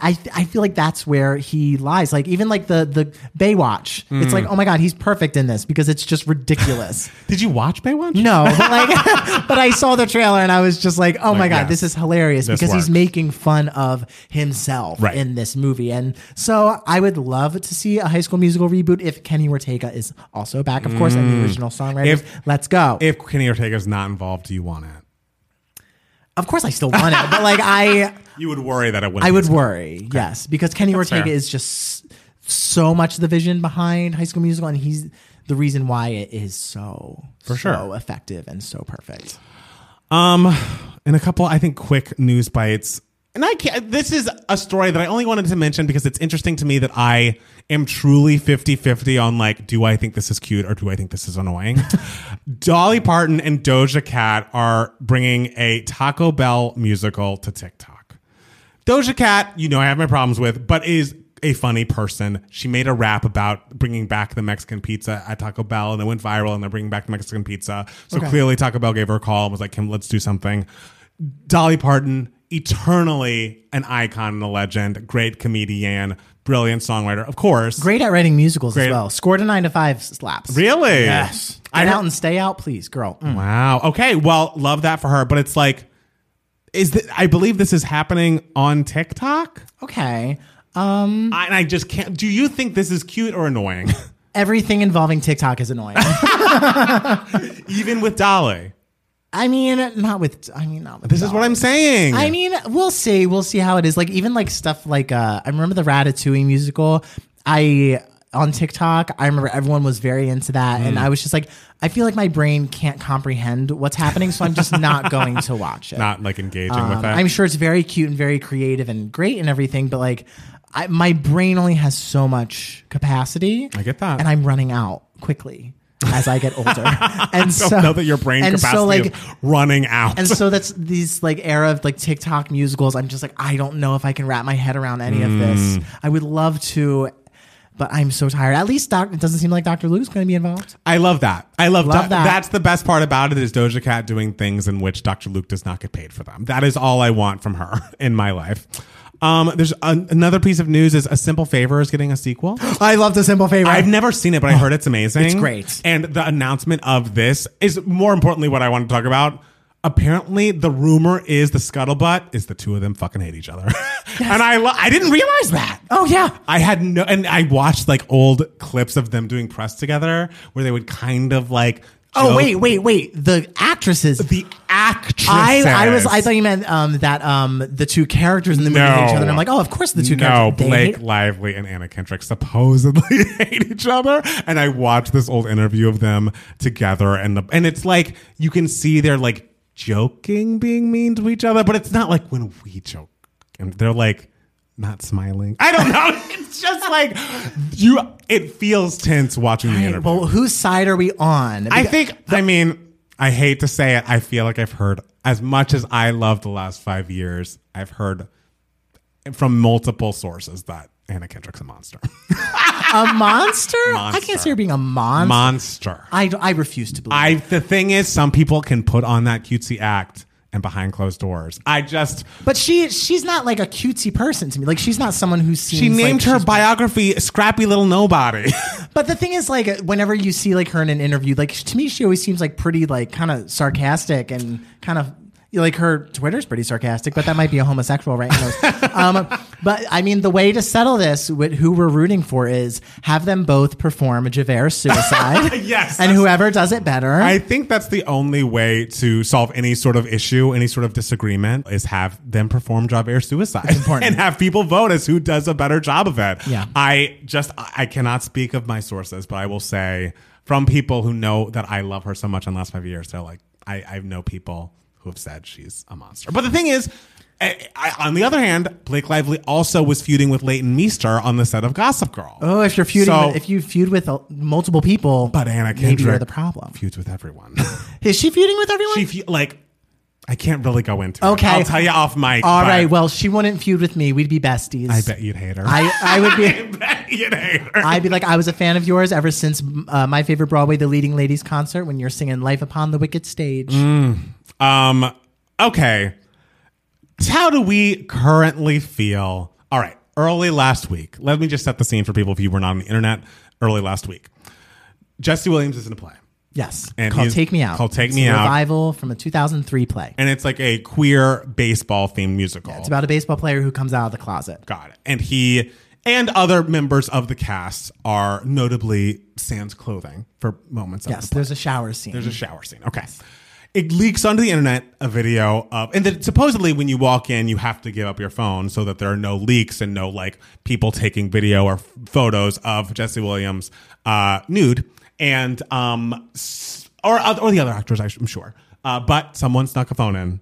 C: I I feel like that's where he lies. Like even like the the Baywatch, it's
A: Mm.
C: like oh my god, he's perfect in this because it's just ridiculous.
A: Did you watch Baywatch?
C: no, but like but I saw the trailer and I was just like oh my god,
A: yes,
C: this is hilarious
A: this
C: because
A: works.
C: he's making fun of himself
A: Right.
C: in this movie. And so I would love to see a High School Musical reboot if Kenny Ortega is also back, of course, and the original songwriters.
A: Mm. If-
C: Let's go.
A: If Kenny Ortega's not involved, do you want it?
C: of course, I still want it, but like I.
A: You would worry that it wouldn't.
C: I
A: be
C: would
A: as-
C: worry, yes, because Kenny Ortega
A: fair.
C: is just s- so much the vision behind High School Musical, and he's the reason why it is so for
A: sure.
C: effective and so perfect.
A: Um, and a couple, I think, quick news bites. And I can't, this is a story that I only wanted to mention because it's interesting to me that I am truly 50 50 on like, do I think this is cute or do I think this is annoying? Dolly Parton and Doja Cat are bringing a Taco Bell musical to TikTok. Doja Cat, you know I have my problems with, but is a funny person. She made a rap about bringing back the Mexican pizza at Taco Bell, and it went viral, and they're bringing back the Mexican pizza. So clearly, Taco Bell gave her a call and was like, "Kim, let's do something." Dolly Parton, eternally an icon and a legend, great comedian, brilliant songwriter, of course.
C: Great at writing musicals
A: Great.
C: as well. Score to nine to five slaps.
A: really?
C: Yes. Get
A: I
C: out
A: heard-
C: and stay out, please, girl. Mm.
A: Wow. Okay. Well, love that for her, but it's like, is th- I believe this is happening on TikTok.
C: Okay.
A: I, and I just can't. Do you think this is cute or annoying?
C: Everything involving TikTok is annoying.
A: Even with Dolly.
C: I mean, not with. I mean, not with.
A: This is what I'm saying.
C: I mean, we'll see. We'll see how it is. Like even like stuff like uh I remember the Ratatouille musical. I on TikTok, I remember everyone was very into that
A: Mm.
C: and I was just like I feel like my brain can't comprehend what's happening, so I'm just not going to watch it.
A: not like engaging with
C: Um,
A: that.
C: I'm sure it's very cute and very creative and great and everything, but like I, my brain only has so much capacity.
A: I get that.
C: And I'm running out quickly as I get older. and
A: I don't
C: so
A: know that your brain
C: and
A: capacity
C: so like
A: is running out.
C: and so that's these like era of like TikTok musicals. I'm just like, I don't know if I can wrap my head around any of
A: Mm.
C: this. I would love to, but I'm so tired. At least doc- it doesn't seem like Dr. Luke's going to be involved.
A: I love that. I love,
C: Love
A: Do-
C: that.
A: That's the best part about it is Doja Cat doing things in which Dr. Luke does not get paid for them. That is all I want from her in my life. Um, there's an another piece of news is A Simple Favor is getting a sequel.
C: I love the simple favor.
A: I've never seen it, but I heard it's amazing.
C: it's great.
A: And the announcement of this is more importantly what I want to talk about. Apparently, the rumor is the scuttlebutt is the two of them fucking hate each other, and I lo- I didn't realize that.
C: oh yeah.
A: I had no, and I watched like old clips of them doing press together where they would kind of like.
C: Oh
A: joke-
C: wait, wait, wait. The actresses.
A: the actress.
C: I, I was I thought you meant um, that um, the two characters in the movie hate each other, and I'm like, oh, of course the two
A: No,
C: characters. they
A: Blake
C: hate-
A: Lively and Anna Kendrick supposedly hate each other, and I watched this old interview of them together, and the and it's like you can see they're like joking, being mean to each other, but it's not like when we joke, and they're like not smiling. I don't know. it's just like you. It feels tense watching the interview.
C: well, whose side are we on?
A: I think, I mean, I hate to say it. I feel like I've heard as much as I love the last five years. I've heard from multiple sourses that Anna Kendrick's a monster.
C: A monster? I
A: Monster.
C: can't see her being a monster.
A: monster.
C: I, I refuse to believe.
A: I the thing is, some people can put on that cutesy act and behind closed doors. I just
C: But she she's not like a cutesy person to me. Like she's not someone who seems.
A: she named
C: like
A: her
C: she's-
A: biography "Scrappy Little Nobody."
C: But the thing is, like, whenever you see like her in an interview, like to me, she always seems like pretty like kind of sarcastic and kind of. Like her Twitter's pretty sarcastic, but that might be a homosexual, right? Who knows? um, but I mean, the way to settle this with who we're rooting for is have them both perform a Javert suicide.
A: Yes,
C: and
A: that's-
C: whoever does it better.
A: I think that's the only way to solve any sort of issue, any sort of disagreement, is have them perform job air suicide
C: important.
A: and have people vote as who does a better job of it.
C: Yeah.
A: I just I I cannot speak of my sources, but I will say from people who know that I love her so much in the last five years, they're like I, I know people who have said she's a monster. But the thing is. I, I, on the other hand, Blake Lively also was feuding with Leighton Meester on the set of Gossip Girl.
C: oh, if you're feuding,
A: So-
C: with, if you feud with uh, multiple people,
A: but Anna Kendrick
C: maybe you're the problem.
A: feuds with everyone.
C: Is she feuding with everyone?
A: she fe- like I can't really go into it.
C: Okay.
A: I'll tell you off mic.
C: All
A: but
C: right. Well, she wouldn't feud with me. We'd be besties.
A: I bet you'd hate her.
C: I, I would
A: I
C: be.
A: bet you'd hate her.
C: I'd be like, I was a fan of yours ever since uh, my favorite Broadway, the leading ladies concert, when you're singing "Life Upon the Wicked Stage."
A: Mm. Um okay. How do we currently feel? All right. Early last week. Let me just set the scene for people if you were not on the internet early last week. Jesse Williams is in a play.
C: Yes,
A: And
C: called
A: he's-
C: "Take Me Out."
A: called Take
C: It's
A: Me
C: a
A: Out.
C: revival from a 2003 play.
A: And it's like a queer baseball themed musical.
C: It's about a baseball player who comes out of the closet.
A: Got it. And he and other members of the cast are notably sans clothing for moments of the
C: Yes, there's a shower scene.
A: There's a shower scene. Okay. It leaks onto the internet a video of, and then supposedly when you walk in, you have to give up your phone so that there are no leaks and no like people taking video or f- photos of Jesse Williams uh, nude and um s- or oth- or the other actors, I'm sure. Uh, but someone snuck a phone in,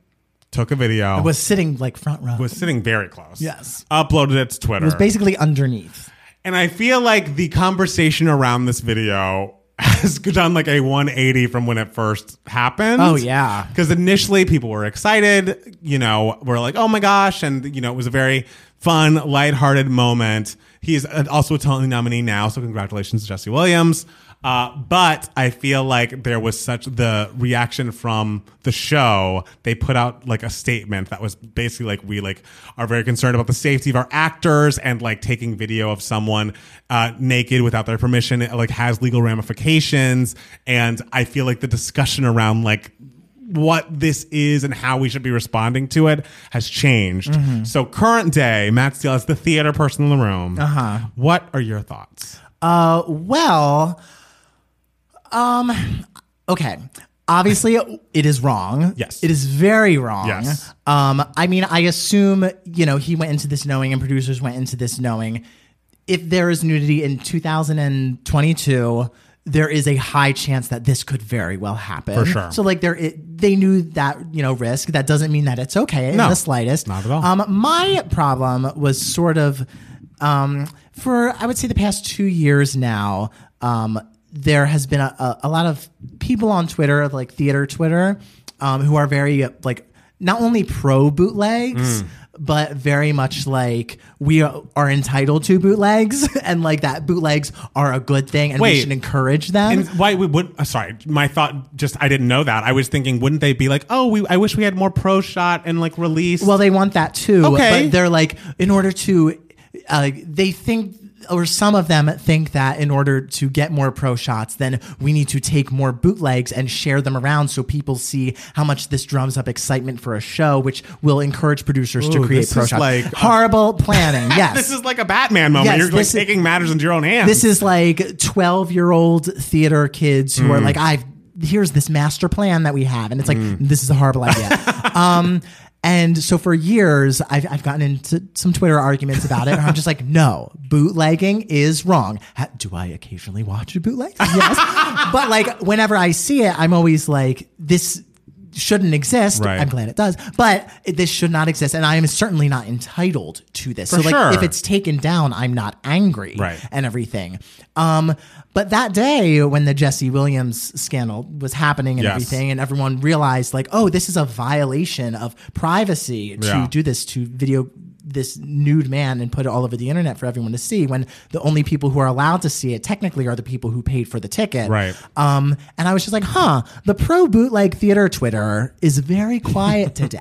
A: took a video,
C: was sitting like front row.
A: was sitting very close.
C: Yes.
A: uploaded it to Twitter.
C: it was basically underneath.
A: And I feel like the conversation around this video has done like a 180 from when it first happened.
C: Oh, yeah.
A: Because initially people were excited, you know, were like, oh my gosh. And, you know, it was a very fun, lighthearted moment. He's uh, also a Tony nominee now. So congratulations to Jesse Williams. Uh, but I feel like there was such the reaction from the show. They put out like a statement that was basically like we like are very concerned about the safety of our actors and like taking video of someone uh, naked without their permission it, like has legal ramifications. And I feel like the discussion around like what this is and how we should be responding to it has changed.
C: Mm-hmm.
A: So current day, Matt Steele is the theater person in the room. Uh-huh. What are your thoughts?
C: Uh, well, um, okay. Obviously, it is wrong.
A: Yes.
C: it is very wrong.
A: Yes.
C: Um, I mean, I assume you know he went into this knowing, and producers went into this knowing. If there is nudity in 2022, there is a high chance that this could very well happen.
A: For sure.
C: So, like, there it, they knew that you know risk. That doesn't mean that it's okay in
A: No,
C: the slightest.
A: not at all.
C: Um, my problem was sort of um, for I would say the past two years now. Um, there has been a, a, a lot of people on Twitter, like theater Twitter, um, who are very uh, like not only pro bootlegs. But very much like we are are entitled to bootlegs, and like that bootlegs are a good thing, and
A: Wait.
C: we should encourage them.
A: And why we would uh, sorry, my thought just I didn't know that. I was thinking wouldn't they be like, "Oh, we I wish we had more pro shot and like release."
C: Well, they want that too.
A: Okay.
C: But they're like, in order to, uh, they think, or some of them think that in order to get more pro shots, then we need to take more bootlegs and share them around so people see how much this drums up excitement for a show, which will encourage producers
A: Ooh,
C: to create
A: this
C: pro
A: is
C: shots.
A: like-
C: Horrible planning. Yes.
A: this is like a Batman moment.
C: Yes,
A: You're like
C: this is-
A: taking matters into your own hands.
C: This is like 12 year old theater kids who
A: Hmm.
C: are like, I've, here's this master plan that we have. And it's like, this is a horrible idea. um, and so for years, I've, I've gotten into some Twitter arguments about it. And I'm just like, no, bootlegging is wrong. Ha- Do I occasionally watch a bootleg? Yes. but like, whenever I see it, I'm always like, this shouldn't exist.
A: Right.
C: I'm glad it does. But it- this should not exist. And I am certainly not entitled to this.
A: For
C: so like,
A: sure.
C: if it's taken down, I'm not angry
A: Right.
C: and everything. Um, but that day when the Jesse Williams scandal was happening and
A: Yes.
C: everything, and everyone realized like, oh, this is a violation of privacy to
A: Yeah.
C: do this to video this nude man and put it all over the internet for everyone to see when the only people who are allowed to see it technically are the people who paid for the ticket.
A: Right.
C: Um, and I was just like, huh, the pro bootleg theater Twitter is very quiet today.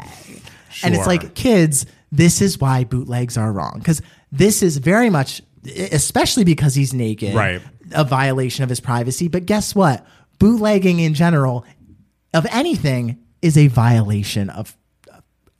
C: And it's
A: Sure.
C: like, kids, this is why bootlegs are wrong. Because this is very much, especially because he's naked,
A: Right.
C: a violation of his privacy. But guess what? Bootlegging in general of anything is a violation of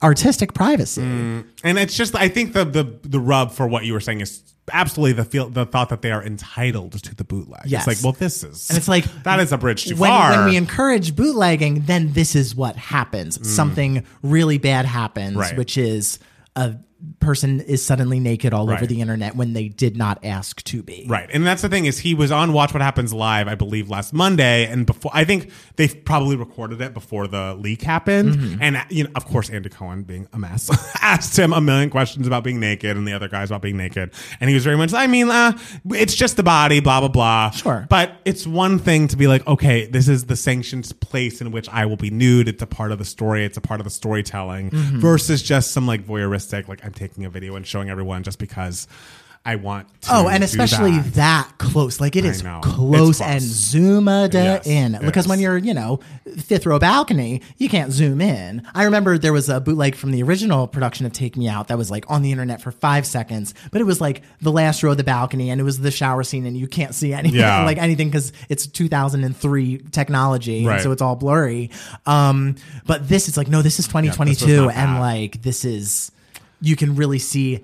C: artistic privacy.
A: Mm. And it's just I think the the the rub for what you were saying is absolutely the feel the thought that they are entitled to the bootleg.
C: Yes.
A: It's like, well, this is
C: And it's like
A: that is a bridge too
C: when,
A: far. Mm.
C: When we encourage bootlegging, then this is what happens. Something really bad happens,
A: Right.
C: which is a person is suddenly naked all over
A: Right.
C: the internet when they did not ask to be.
A: Right. And that's the thing is he was on Watch What Happens Live, I believe, last Monday. And before I think they probably recorded it before the leak happened.
C: Mm-hmm.
A: And you know, of course, Andy Cohen being a mess asked him a million questions about being naked and the other guys about being naked. And he was very much, I mean, uh, it's just the body, blah, blah, blah.
C: Sure.
A: But it's one thing to be like, okay, this is the sanctioned place in which I will be nude. It's a part of the story. It's a part of the storytelling
C: Mm-hmm.
A: versus just some like voyeuristic, like I'm taking a video and showing everyone just because I want to
C: Oh, and
A: do
C: especially that. close. Like it is
A: know. It's
C: close
A: close.
C: and zoomed
A: Yes,
C: in.
A: it
C: Because when
A: is.
C: you're, you know, fifth row balcony, you can't zoom in. I remember there was a bootleg from the original production of Take Me Out that was like on the internet for five seconds, but it was like the last row of the balcony and it was the shower scene and you can't see anything
A: Yeah.
C: like anything because it's 2003 technology. and
A: Right.
C: so it's all blurry. Um, but this is like, no, this is
A: this was
C: 2022.
A: not
C: and
A: bad.
C: like, this is, you can really see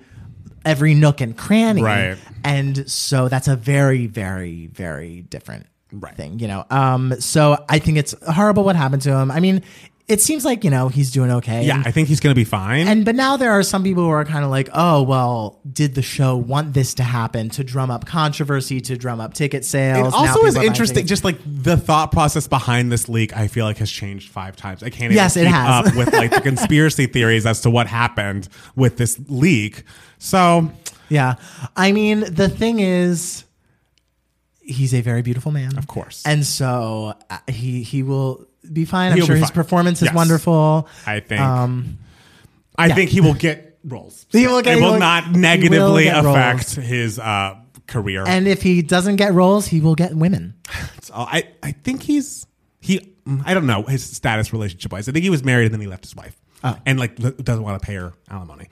C: every nook and cranny.
A: Right.
C: And so that's a very, very, very different
A: Right.
C: thing, you know. Um, so I think it's horrible what happened to him. I mean, it seems like, you know, he's doing okay.
A: Yeah,
C: And,
A: I think he's gonna be fine.
C: and but now there are some people who are kind of like, oh well, did the show want this to happen to drum up controversy, to drum up ticket
A: it
C: sales? Now
A: also
C: people
A: is
C: are buying
A: interesting,
C: tickets.
A: just like the thought process behind this leak. I feel like has changed five times. I can't
C: Yes, it
A: even keep
C: has.
A: up with like the conspiracy theories as to what happened with this leak. So
C: Yeah. I mean, the thing is, he's a very beautiful man. Of
A: course.
C: And so uh, he he will be fine. I'm
A: He'll
C: sure
A: be
C: his
A: fine.
C: performance is
A: Yes.
C: wonderful.
A: I think I think he will get roles.
C: um, He will get-
A: it
C: he
A: will
C: will-
A: not
C: he will
A: negatively
C: get roles.
A: affect his uh, career.
C: And if he doesn't get roles, he will get women.
A: So I I think he's he mm, I don't know his status relationship wise. I think he was married and then he left his wife. And like li- doesn't want to pay her alimony.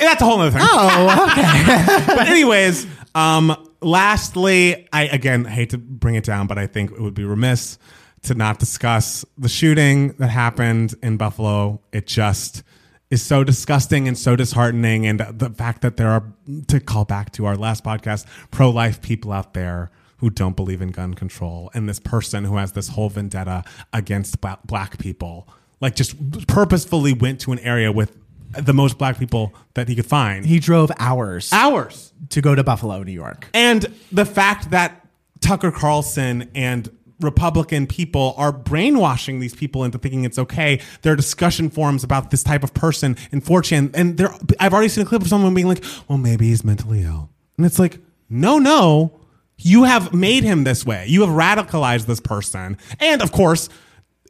A: And that's a whole other thing.
C: Oh,
A: but anyways, um, lastly, I again hate to bring it down, but I think it would be remiss to not discuss the shooting that happened in Buffalo. It just is so disgusting and so disheartening, and the fact that there are to call back to our last podcast, pro-life people out there who don't believe in gun control, and this person who has this whole vendetta against bla- black people, like just purposefully went to an area with the most black people that he could find.
C: he drove hours
A: hours
C: to go to Buffalo, New York.
A: and the fact that Tucker Carlson and Republican people are brainwashing these people into thinking it's okay. There are discussion forums about this type of person in 4chan. And there, I've already seen a clip of someone being like, well, maybe he's mentally ill. And it's like, no, no. You have made him this way. You have radicalized this person. And of course,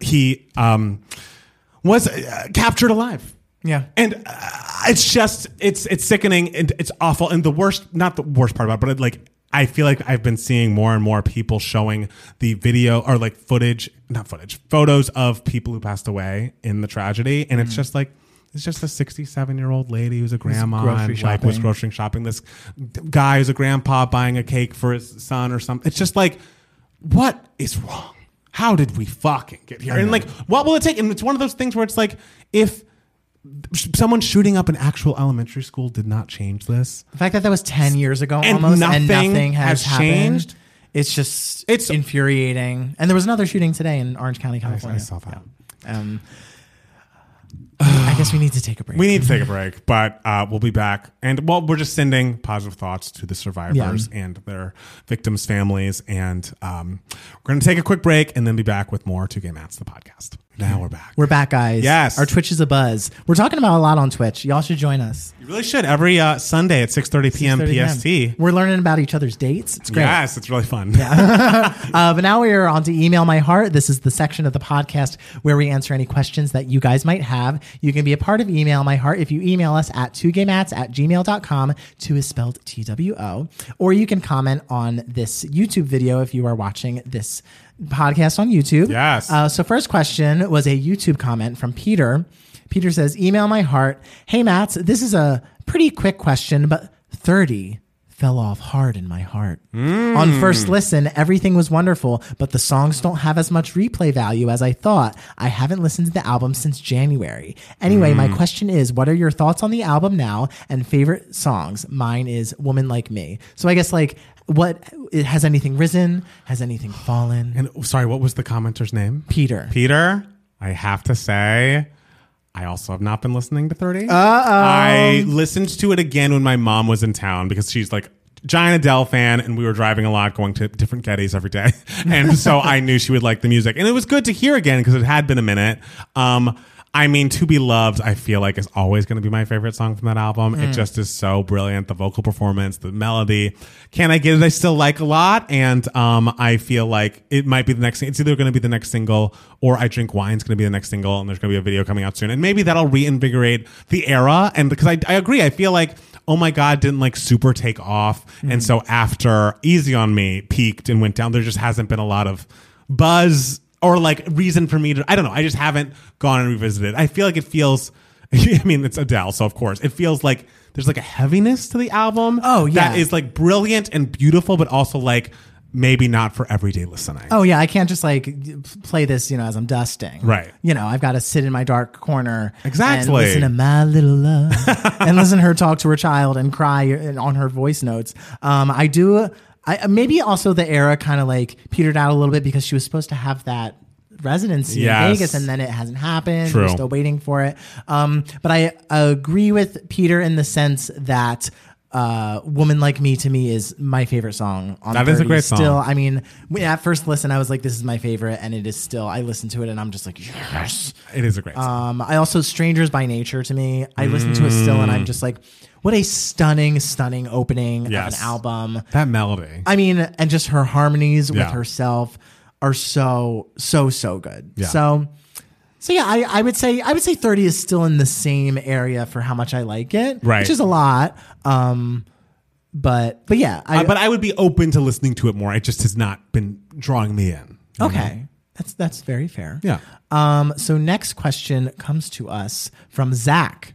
A: he um, was uh, captured alive.
C: Yeah.
A: And uh, it's just it's it's sickening and it's awful. And the worst, not the worst part about, it, but it, like I feel like I've been seeing more and more people showing the video or like footage, not footage, photos of people who passed away in the tragedy, and it's just like. It's just a 67 year old lady who's a grandma
C: grocery
A: and like was
C: shopping.
A: grocery shopping. This d- guy who's a grandpa buying a cake for his son or something. It's just like, what is wrong? How did we fucking get here? And like, what will it take? And it's one of those things where it's like, if sh- someone shooting up an actual elementary school did not change this.
C: The fact that that was 10 years ago
A: And
C: almost and
A: nothing
C: nothing has,
A: has
C: happened,
A: changed?
C: It's just
A: It's-
C: it's infuriating. And there was another shooting today in Orange County, California.
A: I saw that.
C: Um, I guess we need to take a break.
A: We need to take a break, but uh, we'll be back. And well, we're just sending positive thoughts to the survivors and their victims' families. And um, we're going to take a quick break and then be back with more Two Gay Mats, the podcast. Now we're back.
C: We're back, guys.
A: Yes.
C: Our Twitch is a buzz. We're talking about a lot on Twitch. Y'all should join us.
A: You really should every uh, Sunday at 6:30 p.m.
C: 30 p.m.
A: PST.
C: We're learning about each other's dates. It's great.
A: Yes, it's really fun.
C: Uh, but now we are on to Email My Heart. This is the section of the podcast where we answer any questions that you guys might have. You can be a part of Email My Heart if you email us at 2gameats at gmail.com. Two is spelled T W O. Or you can comment on this YouTube video if you are watching this podcast on YouTube.
A: Yes.
C: Uh, so, first question was a YouTube comment from Peter. Peter says, Email my heart. Hey, Mats, this is a pretty quick question, but 30 fell off hard in my heart. On first listen, everything was wonderful, but the songs don't have as much replay value as I thought. I haven't listened to the album since January. Anyway, my question is what are your thoughts on the album now and favorite songs? Mine is Woman Like Me. So, I guess, like, what has anything risen? Has anything fallen?
A: And oh, sorry, what was the commenter's name?
C: Peter.
A: Peter. I have to say, I also have not been listening to 30. Uh-oh. I listened to it again when my mom was in town because she's like giant Adele fan and we were driving a lot going to different Gettys every day. And so I knew she would like the music. And it was good to hear again because it had been a minute. Um I mean, To Be Loved, I feel like is always going to be my favorite song from that album. It just is so brilliant. The vocal performance, the melody. Can I Get It? I still like a lot. And um, I feel like it might be the next, it's either going to be the next single or I Drink Wine's going to be the next single. And there's going to be a video coming out soon. And maybe that'll reinvigorate the era. And because I, I agree, I feel like Oh My God didn't like super take off.
C: Mm-hmm.
A: And so after Easy on Me peaked and went down, there just hasn't been a lot of buzz or like reason for me to I don't know. I just haven't gone and revisited. I feel like it feels I mean it's Adele, so of course. It feels like there's like a heaviness to the album.
C: Oh, yeah.
A: That is like brilliant and beautiful, but also like maybe not for everyday listening.
C: Oh yeah, I can't just like f- play this, you know, as I'm dusting.
A: Right.
C: You know, I've got to sit in my dark corner. And
A: Exactly.
C: listen to my little love and listen to her talk to her child and cry and- on her voice notes. Um, I do. I uh, maybe also the era kind of like petered out a little bit because she was supposed to have that residency in
A: Yes.
C: Vegas and then it hasn't happened.
A: True.
C: We're still waiting for it. Um, but I agree with Peter in the sense that. Uh, woman like me to me is my favorite song on
A: That is a
C: 30.
A: great song.
C: still I mean, when- at first listen, I was like, this is my favorite, and it is still. I listen to it, and I'm just like, yes.
A: It is a great song.
C: Um, I also Strangers by Nature to me. I listen to it still, and I'm just like, what a stunning, stunning opening of
A: Yes.
C: an album.
A: that melody.
C: I mean, and just her harmonies with
A: Yeah.
C: herself are so, so, so good.
A: Yeah.
C: So. So yeah, I, I would say I would say thirty is still in the same area for how much I like it,
A: Right.
C: Which is a lot, um, but but yeah, I,
A: Uh, but I would be open to listening to it more. It just has not been drawing me in.
C: okay, that's that's very fair.
A: Yeah.
C: Um, so next question comes to us from Zach.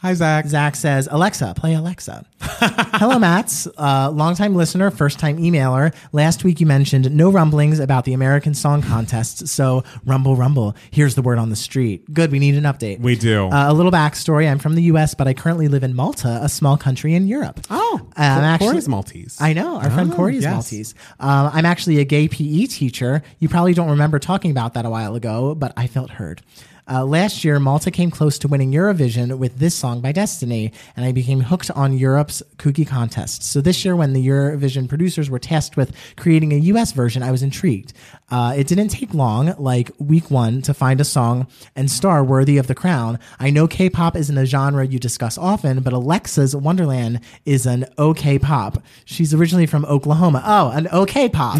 A: Hi Zach.
C: Zach says, Alexa, play Alexa. Hello, Mats. Uh, longtime listener, first time emailer. Last week you mentioned no rumblings about the American Song Contest. So, rumble, rumble. Here's the word on the street. Good. We need an update.
A: We do.
C: Uh, a little backstory I'm from the US, but I currently live in Malta, a small country in Europe.
A: oh,
C: Um, I'm
A: Cor-
C: actually-
A: Corey's Maltese.
C: I know. Our friend
A: Oh,
C: Corey is
A: yes.
C: Maltese. Um, I'm actually a gay PE teacher. You probably don't remember talking about that a while ago, but I felt heard. Uh, last year, Malta came close to winning Eurovision with this song by Destiny, and I became hooked on Europe's kooky contest. So this year, when the Eurovision producers were tasked with creating a U.S. version, I was intrigued. Uh, it didn't take long, like week one, to find a song and star worthy of the crown. I know K-pop isn't a genre you discuss often, but Alexa's Wonderland is an OK pop. She's originally from Oklahoma. Oh, an OK pop.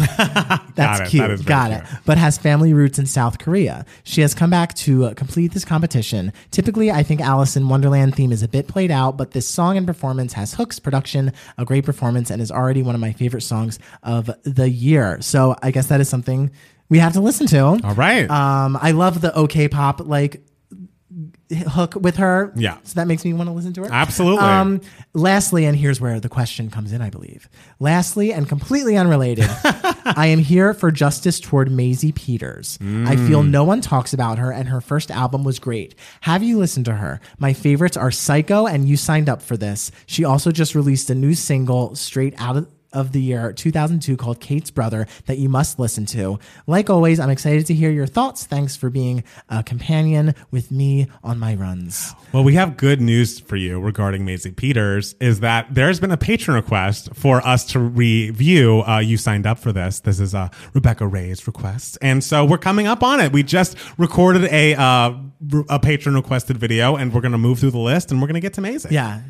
C: That's
A: it.
C: cute.
A: That is very
C: Got it.
A: cute.
C: But has family roots in South Korea. She has come back to uh, complete this competition. Typically, I think Alice in Wonderland theme is a bit played out, but this song and performance has hooks, production, a great performance, and is already one of my favorite songs of the year. So I guess that is something we have to listen to.
A: All right.
C: Um, I love the OK pop like hook with her.
A: Yeah.
C: So that makes me want to listen to her.
A: Absolutely.
C: Um, lastly, and here's where the question comes in, I believe. Lastly, and completely unrelated, I am here for justice toward Maisie Peters. I feel no one talks about her, and her first album was great. Have you listened to her? My favorites are Psycho, and you signed up for this. She also just released a new single, Straight Out of of the year 2002 called Kate's Brother that you must listen to. Like always, I'm excited to hear your thoughts. Thanks for being a companion with me on my runs.
A: Well, we have good news for you regarding Maisie Peters is that there's been a patron request for us to review. Uh, you signed up for this. This is uh, Rebecca Ray's request. And so we're coming up on it. We just recorded a, uh, re- a patron requested video and we're going to move through the list and we're going to get to Maisie.
C: Yeah.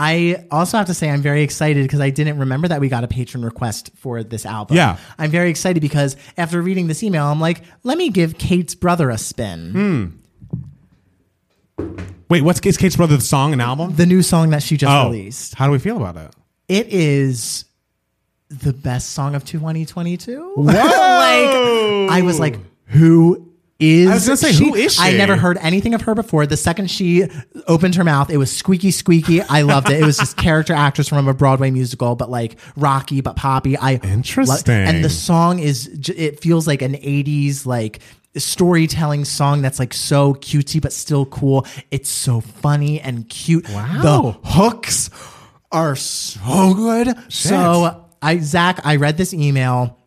C: I also have to say I'm very excited because I didn't remember that we got a patron request for this album.
A: Yeah.
C: I'm very excited because after reading this email, I'm like, let me give Kate's brother a spin.
A: Wait, what's Kate's, Kate's Brother, the song and album?
C: The new song that she just released.
A: Oh, How do we feel about it?
C: It is the best song of 2022.
A: Whoa!
C: like I was like, who is
A: I was gonna say,
C: she?
A: who is
C: I
A: she?
C: never heard anything of her before. The second she opened her mouth, it was squeaky squeaky. I loved it. It was just character actress from a Broadway musical, but like rocky but poppy. I lo-
A: Interesting.
C: and the song is j- it feels like an 80s like storytelling song that's like so cutesy but still cool. It's so funny and cute.
A: Wow.
C: The hooks are so good. So I Zach, I read this email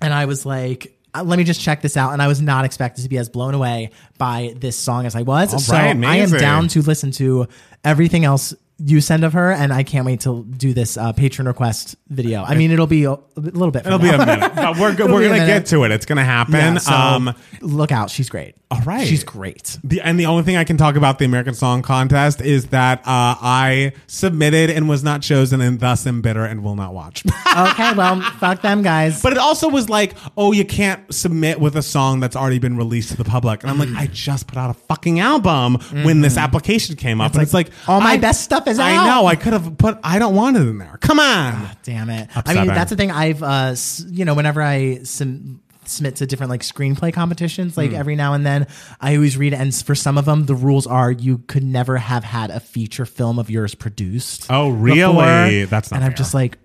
C: and I was like, uh, let me just check this out. And I was not expected to be as blown away by this song as I was. so
A: right,
C: I am
A: Oh, amazing.
C: down to listen to everything else you send of her, and I can't wait to do this uh, patron request video. I mean, it'll be a, a little bit. from
A: It'll be
C: now.
A: a minute, but we're, go-
C: It'll
A: we're
C: be a
A: going to
C: minute.
A: get to it. It's going to happen.
C: Yeah, so
A: um,
C: look out, she's great.
A: All right.
C: she's great.
A: The, and the only thing I can talk about the American Song Contest is that uh, I submitted and was not chosen, and thus am bitter and will not watch.
C: okay, well, fuck them guys.
A: but it also was like, oh, you can't submit with a song that's already been released to the public. And I'm
C: Mm.
A: like, I just put out a fucking album when this application came up, and it's like
C: Mm-hmm. all my
A: I-
C: best stuff is
A: I
C: out.
A: know I could have put. I don't want it in there. Come on.
C: Damn it. I mean,
A: Upsetting.
C: that's the thing I've, uh, s- you know, whenever I sum- submit to different like screenplay competitions,
A: Hmm.
C: like every now and then, I always read, and s- for some of them, the rules are you could never have had a feature film of yours produced.
A: Oh, really?
C: before.
A: That's not
C: And I'm
A: fair.
C: just like,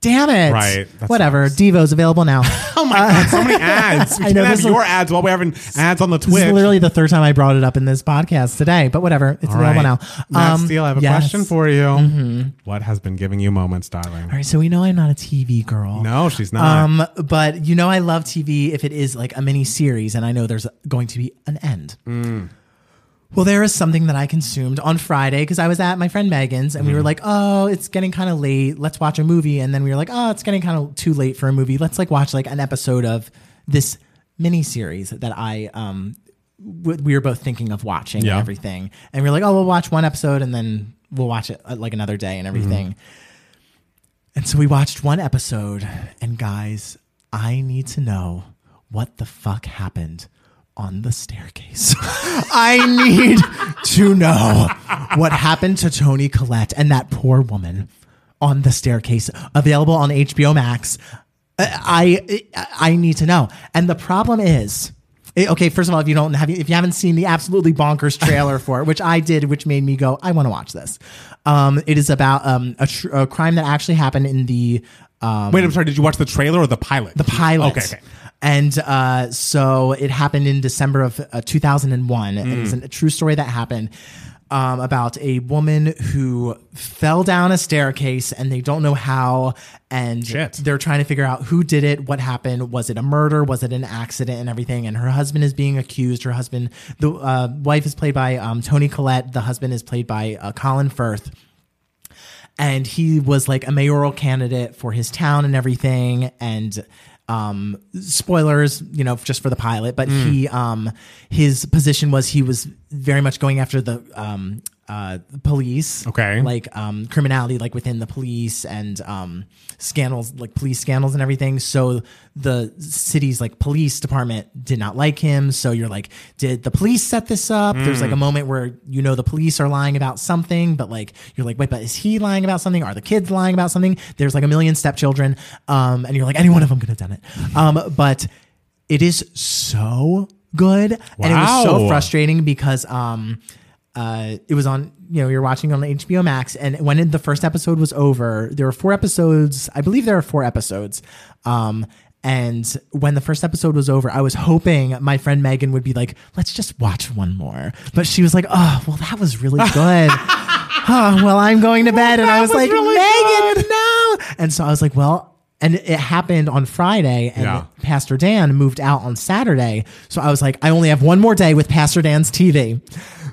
C: damn it.
A: Right. That
C: Whatever.
A: sucks.
C: Devo's available now.
A: Oh my god, so many ads. We
C: I
A: can't
C: know,
A: have
C: this is-
A: your ads while we're having ads on the
C: This
A: Twitch.
C: is literally the third time I brought it up in this podcast today, but whatever. It's
A: All
C: available
A: right.
C: now. Um,
A: Matt Steele, I have a
C: yes. Mm-hmm.
A: question for you. What has been giving you moments, darling?
C: All right, so we know I'm not a TV girl.
A: No, she's not.
C: Um, but you know, I love TV if it is like a mini series, and I know there's going to be an end. Well, there is something that I consumed on Friday because I was at my friend Megan's and we were like, oh, it's getting kind of late. Let's watch a movie. And then we were like, oh, it's getting kind of too late for a movie. Let's like watch like an episode of this mini series that I, um, w- we were both thinking of watching
A: Yeah.
C: and everything. And we were like, oh, we'll watch one episode and then we'll watch it uh, like another day and everything. And so we watched one episode, and guys, I need to know what the fuck happened on the staircase. I need to know what happened to Tony Collette and that poor woman on the staircase, available on HBO Max. Uh, I I I need to know. And the problem is, eh, okay, first of all, if you don't have if you haven't seen the absolutely bonkers trailer for it, which I did, which made me go, I want to watch this. Um, it is about um a, tr- a crime that actually happened in the um
A: Wait, I'm sorry. Did you watch the trailer or the pilot?
C: the pilot.
A: Okay, okay.
C: And uh, so it happened in December of uh, 2001. It was
A: Mm.
C: a true story that happened um, about a woman who fell down a staircase and they don't know how. And
A: Shit.
C: they're trying to figure out who did it, what happened. Was it a murder? Was it an accident and everything? And her husband is being accused. Her husband, the uh, wife is played by um, Tony Collette. The husband is played by uh, Colin Firth and he was like a mayoral candidate for his town and everything and um spoilers you know just for the pilot but he um his position was he was very much going after the um uh police
A: Okay.
C: like um criminality like within the police and um scandals like police scandals and everything so the city's like police department did not like him so you're like did the police set this up there's like a moment where you know the police are lying about something but like you're like wait but is he lying about something are the kids lying about something there's like a million stepchildren um and you're like any one of them could have done it um but it is so good and it was so
A: Wow.
C: frustrating frustrating because um uh it was on you know you're watching on HBO Max and when the first episode was over there were four episodes I believe there are four episodes um and when the first episode was over I was hoping my friend Megan would be like let's just watch one more but she was like oh well that was really good Oh, well, I'm going to bed. and I was,
A: was
C: like,
A: really
C: Megan, no. And so I was like, well, and it happened on Friday, and
A: Yeah.
C: Pastor Dan moved out on Saturday. So I was like, I only have one more day with Pastor Dan's TV.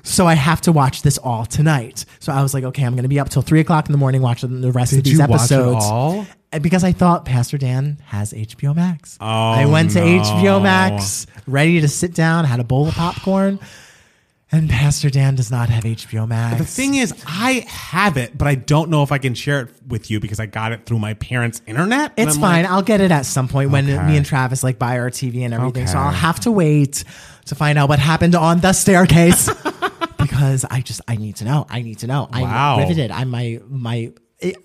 C: So I have to watch this all tonight. So I was like, okay, I'm going to be up till three o'clock in the morning watching the rest of
A: Did
C: these
A: you watch it
C: episodes.
A: all?
C: And Because I thought Pastor Dan has HBO Max. Oh, I
A: Oh,
C: went to
A: no.
C: HBO Max, ready to sit down, had a bowl of popcorn, and Pastor Dan does not have HBO Max.
A: The thing is, I have it, but I don't know if I can share it with you because I got it through my parents' internet. and
C: It's
A: I'm
C: fine.
A: like,
C: I'll get it at some point when
A: Okay.
C: me and Travis like buy our TV and everything. So
A: Okay.
C: I'll have to wait to find out what happened on the staircase because I just I need to know. I need to know.
A: Wow.
C: I'm riveted. I'm my my it,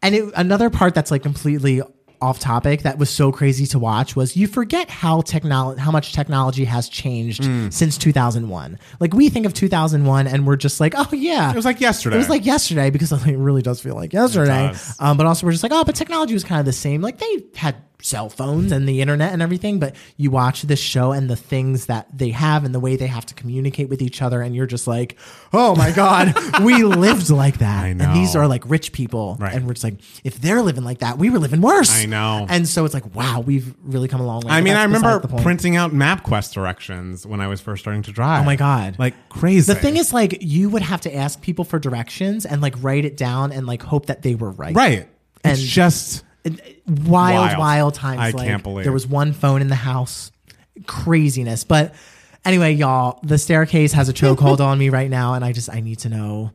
C: and it, another part that's like completely off topic that was so crazy to watch was you forget how technology how much technology has changed
A: Hmm.
C: since 2001 like we think of 2001 and we're just like oh yeah
A: it was like yesterday.
C: it was like yesterday because like, it really does feel like yesterday.
A: does.
C: Um, but also, we're just like, oh, but technology was kind of the same. Like they had cell phones and the internet and everything, but you watch this show and the things that they have and the way they have to communicate with each other, and you're just like, oh my god, we lived like that.
A: I
C: And these
A: know.
C: are like rich people,
A: Right.
C: and we're just like, if they're living like that, we were living worse.
A: I know.
C: And so it's like, wow, we've really come a long way.
A: I
C: But
A: mean, I
C: that's beside
A: remember
C: the point.
A: printing out MapQuest directions when I was first starting to drive.
C: Oh my God.
A: Like crazy.
C: The thing is, like, you would have to ask people for directions and like write it down and like hope that they were right.
A: right?
C: And-
A: it's just
C: And, uh, wild,
A: Wild.
C: wild, times.
A: I
C: like,
A: can't believe.
C: there was one phone in the house. Craziness, but anyway, y'all, the staircase has a chokehold on me right now, and I just I need to know.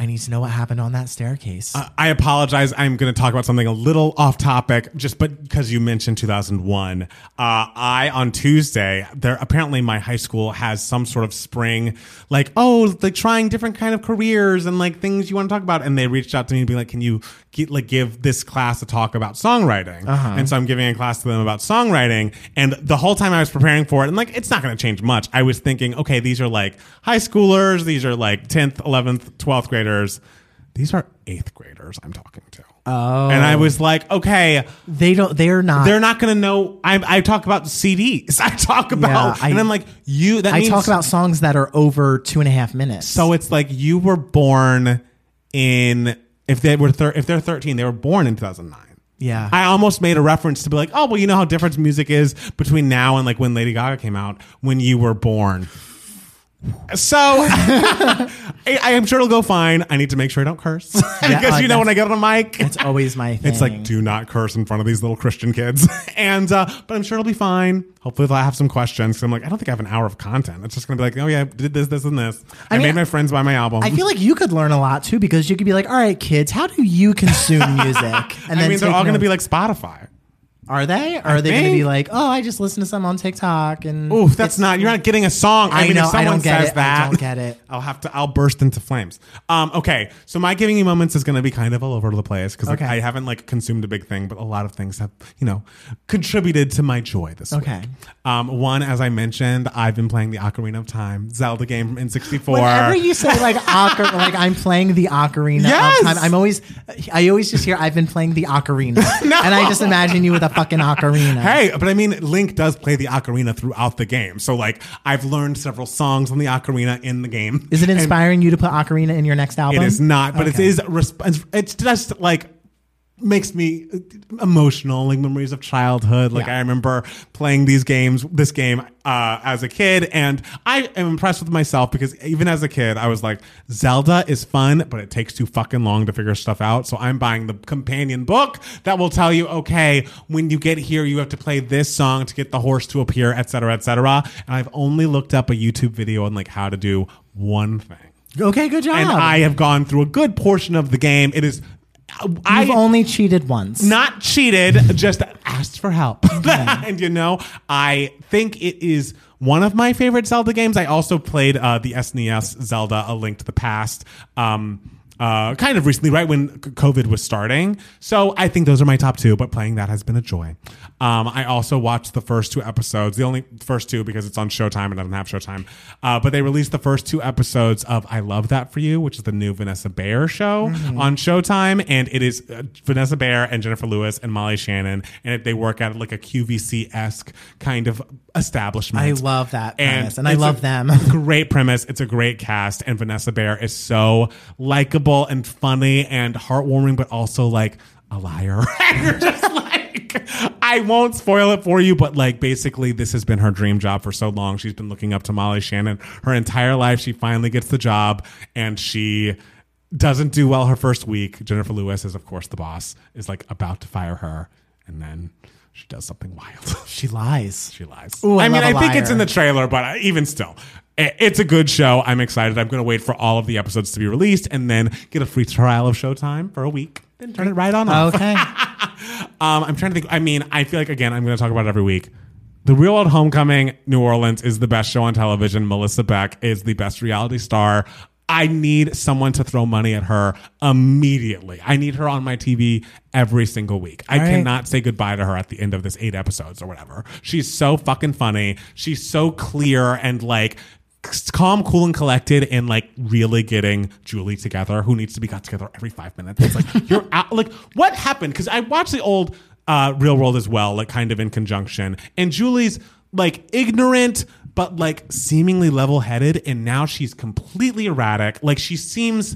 C: I need to know what happened on that staircase.
A: I apologize. I'm going to talk about something a little off topic, just but because you mentioned 2001. Uh, I on Tuesday there apparently my high school has some sort of spring, like oh, like trying different kind of careers and like things you want to talk about. And they reached out to me and be like, can you get, like give this class a talk about songwriting? And so I'm giving a class to them about songwriting. And the whole time I was preparing for it, and like it's not going to change much. I was thinking, okay, these are like high schoolers, these are like 10th, 11th, 12th graders. These are eighth graders I'm talking to. Oh. And I was like, okay,
C: they don't. They're not.
A: they're not going to know. I, I talk about CDs. I talk about,
C: I-
A: and I'm like, you, that
C: I
A: means-
C: talk about songs that are over two and a half minutes.
A: So it's like you were born in, if they were, thir- if they're 13, they were born in 2009.
C: Yeah.
A: I almost made a reference to be like, oh, well, you know how different music is between now and like when Lady Gaga came out, when you were born. So I, I am sure it'll go fine. I need to make sure I don't curse because
C: uh,
A: you know when
C: that's-
A: I get on a mic,
C: it's always my thing.
A: it's like, do not curse in front of these little Christian kids. and uh, but I'm sure it'll be fine. Hopefully, I'll have some questions. 'Cause I'm like, I don't think I have an hour of content. It's just gonna be like, oh yeah, I did this, this, and this. I,
C: mean,
A: made my friends buy my album.
C: I feel like you could learn a lot too because you could be like, all right, kids, how do you consume music? And
A: I mean, they're
C: take
A: all gonna
C: notes.
A: be like Spotify.
C: Are they? Or are they going to be
A: think.
C: like, oh, I just listen to some on TikTok and
A: Oof, that's not. You're not getting a song. I,
C: I
A: mean,
C: know,
A: If
C: I
A: someone
C: don't get
A: says
C: it, I
A: that,
C: don't get it.
A: I'll have to. I'll burst into flames. Um. Okay. So my giving you moments is going to be kind of all over the place because like,
C: Okay.
A: I haven't like consumed a big thing, but a lot of things have you know contributed to my joy this
C: Okay.
A: week. Um. One, as I mentioned, I've been playing the Ocarina of Time Zelda game from N64.
C: Whenever you say like ocar- like I'm playing the ocarina
A: Yes!
C: of time, I'm always I always just hear I've been playing the ocarina, and I just imagine you with a fucking ocarina.
A: Hey, but I mean, Link does play the ocarina throughout the game. So, like, I've learned several songs on the ocarina in the game.
C: Is it
A: And-
C: inspiring you to put ocarina in your next album?
A: It is not, but
C: Okay.
A: it is. Resp- it's just like makes me uh, emotional, like memories of childhood. Like
C: Yeah.
A: I remember playing these games, this game uh, as a kid, and I am impressed with myself because even as a kid, I was like, Zelda is fun, but it takes too fucking long to figure stuff out. So I'm buying the companion book that will tell you, okay, when you get here, you have to play this song to get the horse to appear, et cetera, et cetera. And I've only looked up a YouTube video on like how to do one thing
C: okay. Good job.
A: and I have gone through a good portion of the game. It is, I
C: You've only cheated once.
A: not cheated, just asked for help. and you know, I think it is one of my favorite Zelda games. I also played uh, the SNES Zelda: A Link to the Past. Um, uh, kind of recently, right when c- COVID was starting. So I think those are my top two, but playing that has been a joy. Um, I also watched the first two episodes, the only first two because it's on Showtime and I don't have Showtime. Uh, but they released the first two episodes of I Love That For You, which is the new Vanessa Bayer show
C: Mm-hmm.
A: on Showtime. And it is uh, Vanessa Bayer and Jennifer Lewis and Molly Shannon. And it, they work at like a QVC esque kind of establishment.
C: I love that premise, and I
A: it's
C: love
A: a
C: them.
A: great premise. It's a great cast, and Vanessa Bayer is so likable and funny and heartwarming, but also like a liar. You're just like, I won't spoil it for you, but like basically, this has been her dream job for so long. She's been looking up to Molly Shannon her entire life. She finally gets the job, and she doesn't do well her first week. Jennifer Lewis is, of course, the boss, is like about to fire her, and then she does something wild.
C: She lies.
A: She lies.
C: Ooh, I
A: I, mean,
C: love
A: I
C: a
A: think it's
C: liar.
A: in the trailer, but I- even still, i- it's a good show. I'm excited. I'm going to wait for all of the episodes to be released and then get a free trial of Showtime for a week and turn it right on off.
C: Okay.
A: Um, I'm trying to think. I mean, I feel like, again, I'm going to talk about it every week. The Real World Homecoming New Orleans is the best show on television. Melissa Beck is the best reality star. I need someone to throw money at her immediately. I need her on my TV every single week. I
C: right.
A: cannot say goodbye to her at the end of this eight episodes or whatever. She's so fucking funny. She's so clear and like c- calm, cool, and collected, and like really getting Julie together, who needs to be got together every five minutes. It's like you're out. Like what happened? Because I watched the old uh, Real World as well, like kind of in conjunction, and Julie's like ignorant. But like seemingly level headed, and now she's completely erratic. Like she seems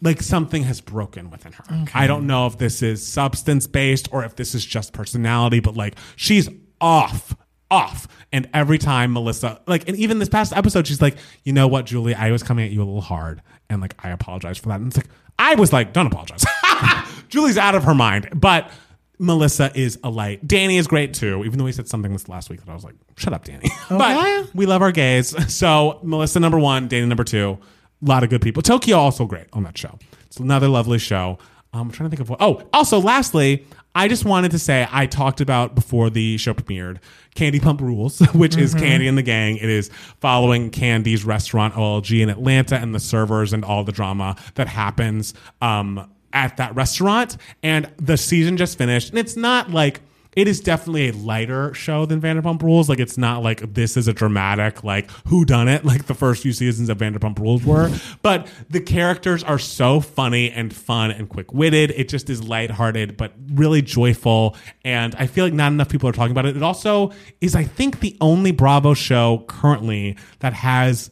A: like something has broken within her. I don't know if this is substance based or if this is just personality, but like she's off, off. And every time Melissa, like, and even this past episode, she's like, you know what, Julie, I was coming at you a little hard. And like, I apologize for that. And it's like, I was like, don't apologize. Julie's out of her mind. But Melissa is a light. Danny is great too, even though he said something this last week that I was like, shut up, Danny. but we love our gays. So Melissa number one, Danny number two. A lot of good people. Tokyo also great on that show. It's another lovely show. I'm trying to think of what. Oh, also, lastly, I just wanted to say I talked about before the show premiered Candy Pump Rules, which is Candy and the Gang. It is following Candy's restaurant OLG in Atlanta and the servers and all the drama that happens um, at that restaurant. And the season just finished. And it's not like it is definitely a lighter show than Vanderpump Rules. Like it's not like this is a dramatic like who done it like the first few seasons of Vanderpump Rules were, but the characters are so funny and fun and quick-witted. It just is lighthearted but really joyful and I feel like not enough people are talking about it. It also is I think the only Bravo show currently that has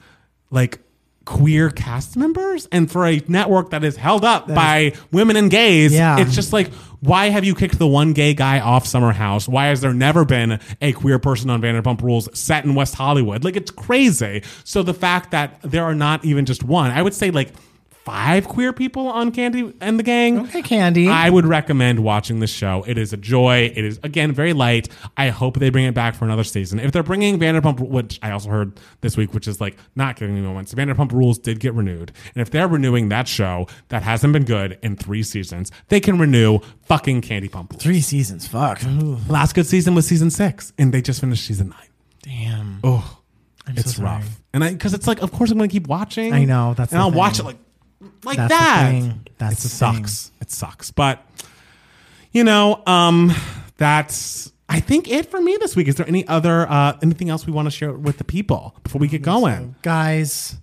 A: like queer cast members and for a network that is held up by women and gays
C: Yeah.
A: it's just like why have you kicked the one gay guy off summer house why has there never been a queer person on vanderpump rules set in west hollywood like it's crazy so the fact that there are not even just one i would say like five queer people on candy and the gang
C: Okay, Candy.
A: I would recommend watching the show. It is a joy. It is again very light. I hope they bring it back for another season. If they're bringing Vanderpump, which I also heard this week, which is like not giving me moments. Vanderpump Rules did get renewed, and if they're renewing that show that hasn't been good in three seasons, they can renew fucking Candy Pump. Rules.
C: Three seasons. Fuck. Ooh,
A: Last good season was season six, and they just finished season nine.
C: damn.
A: Oh,
C: I'm so
A: it's
C: sorry.
A: rough. And I because it's like, of course I'm going to keep watching.
C: I know, that's
A: and
C: the
A: I'll
C: thing.
A: watch it like like
C: That's the
A: that.
C: thing. That's
A: it
C: the
A: sucks. It sucks. But you know, um, that's I think it for me this week. Is there any other uh, anything else we want to share with the people before we get going?
C: Guys,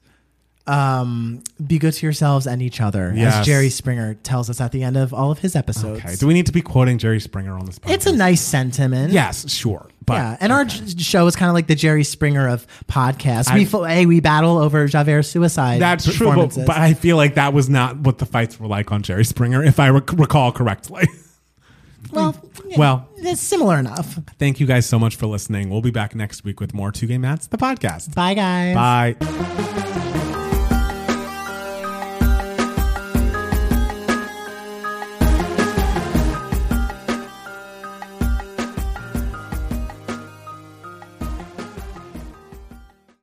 C: um, be good to yourselves and each other,
A: Yes.
C: as Jerry Springer tells us at the end of all of his episodes.
A: Okay. Do we need to be quoting Jerry Springer on this? Podcast?
C: it's a nice sentiment.
A: yes, sure, but
C: yeah, and our j- show is kind of like the Jerry Springer of podcasts.
A: I-
C: we fo- hey, we battle over Javert's suicide.
A: That's true, but,
C: performances.
A: but I feel like that was not what the fights were like on Jerry Springer, if I rec- recall correctly.
C: well, yeah,
A: well,
C: it's similar enough.
A: Thank you guys so much for listening. We'll be back next week with more Two Gay Mats, the podcast.
C: Bye, guys.
A: Bye.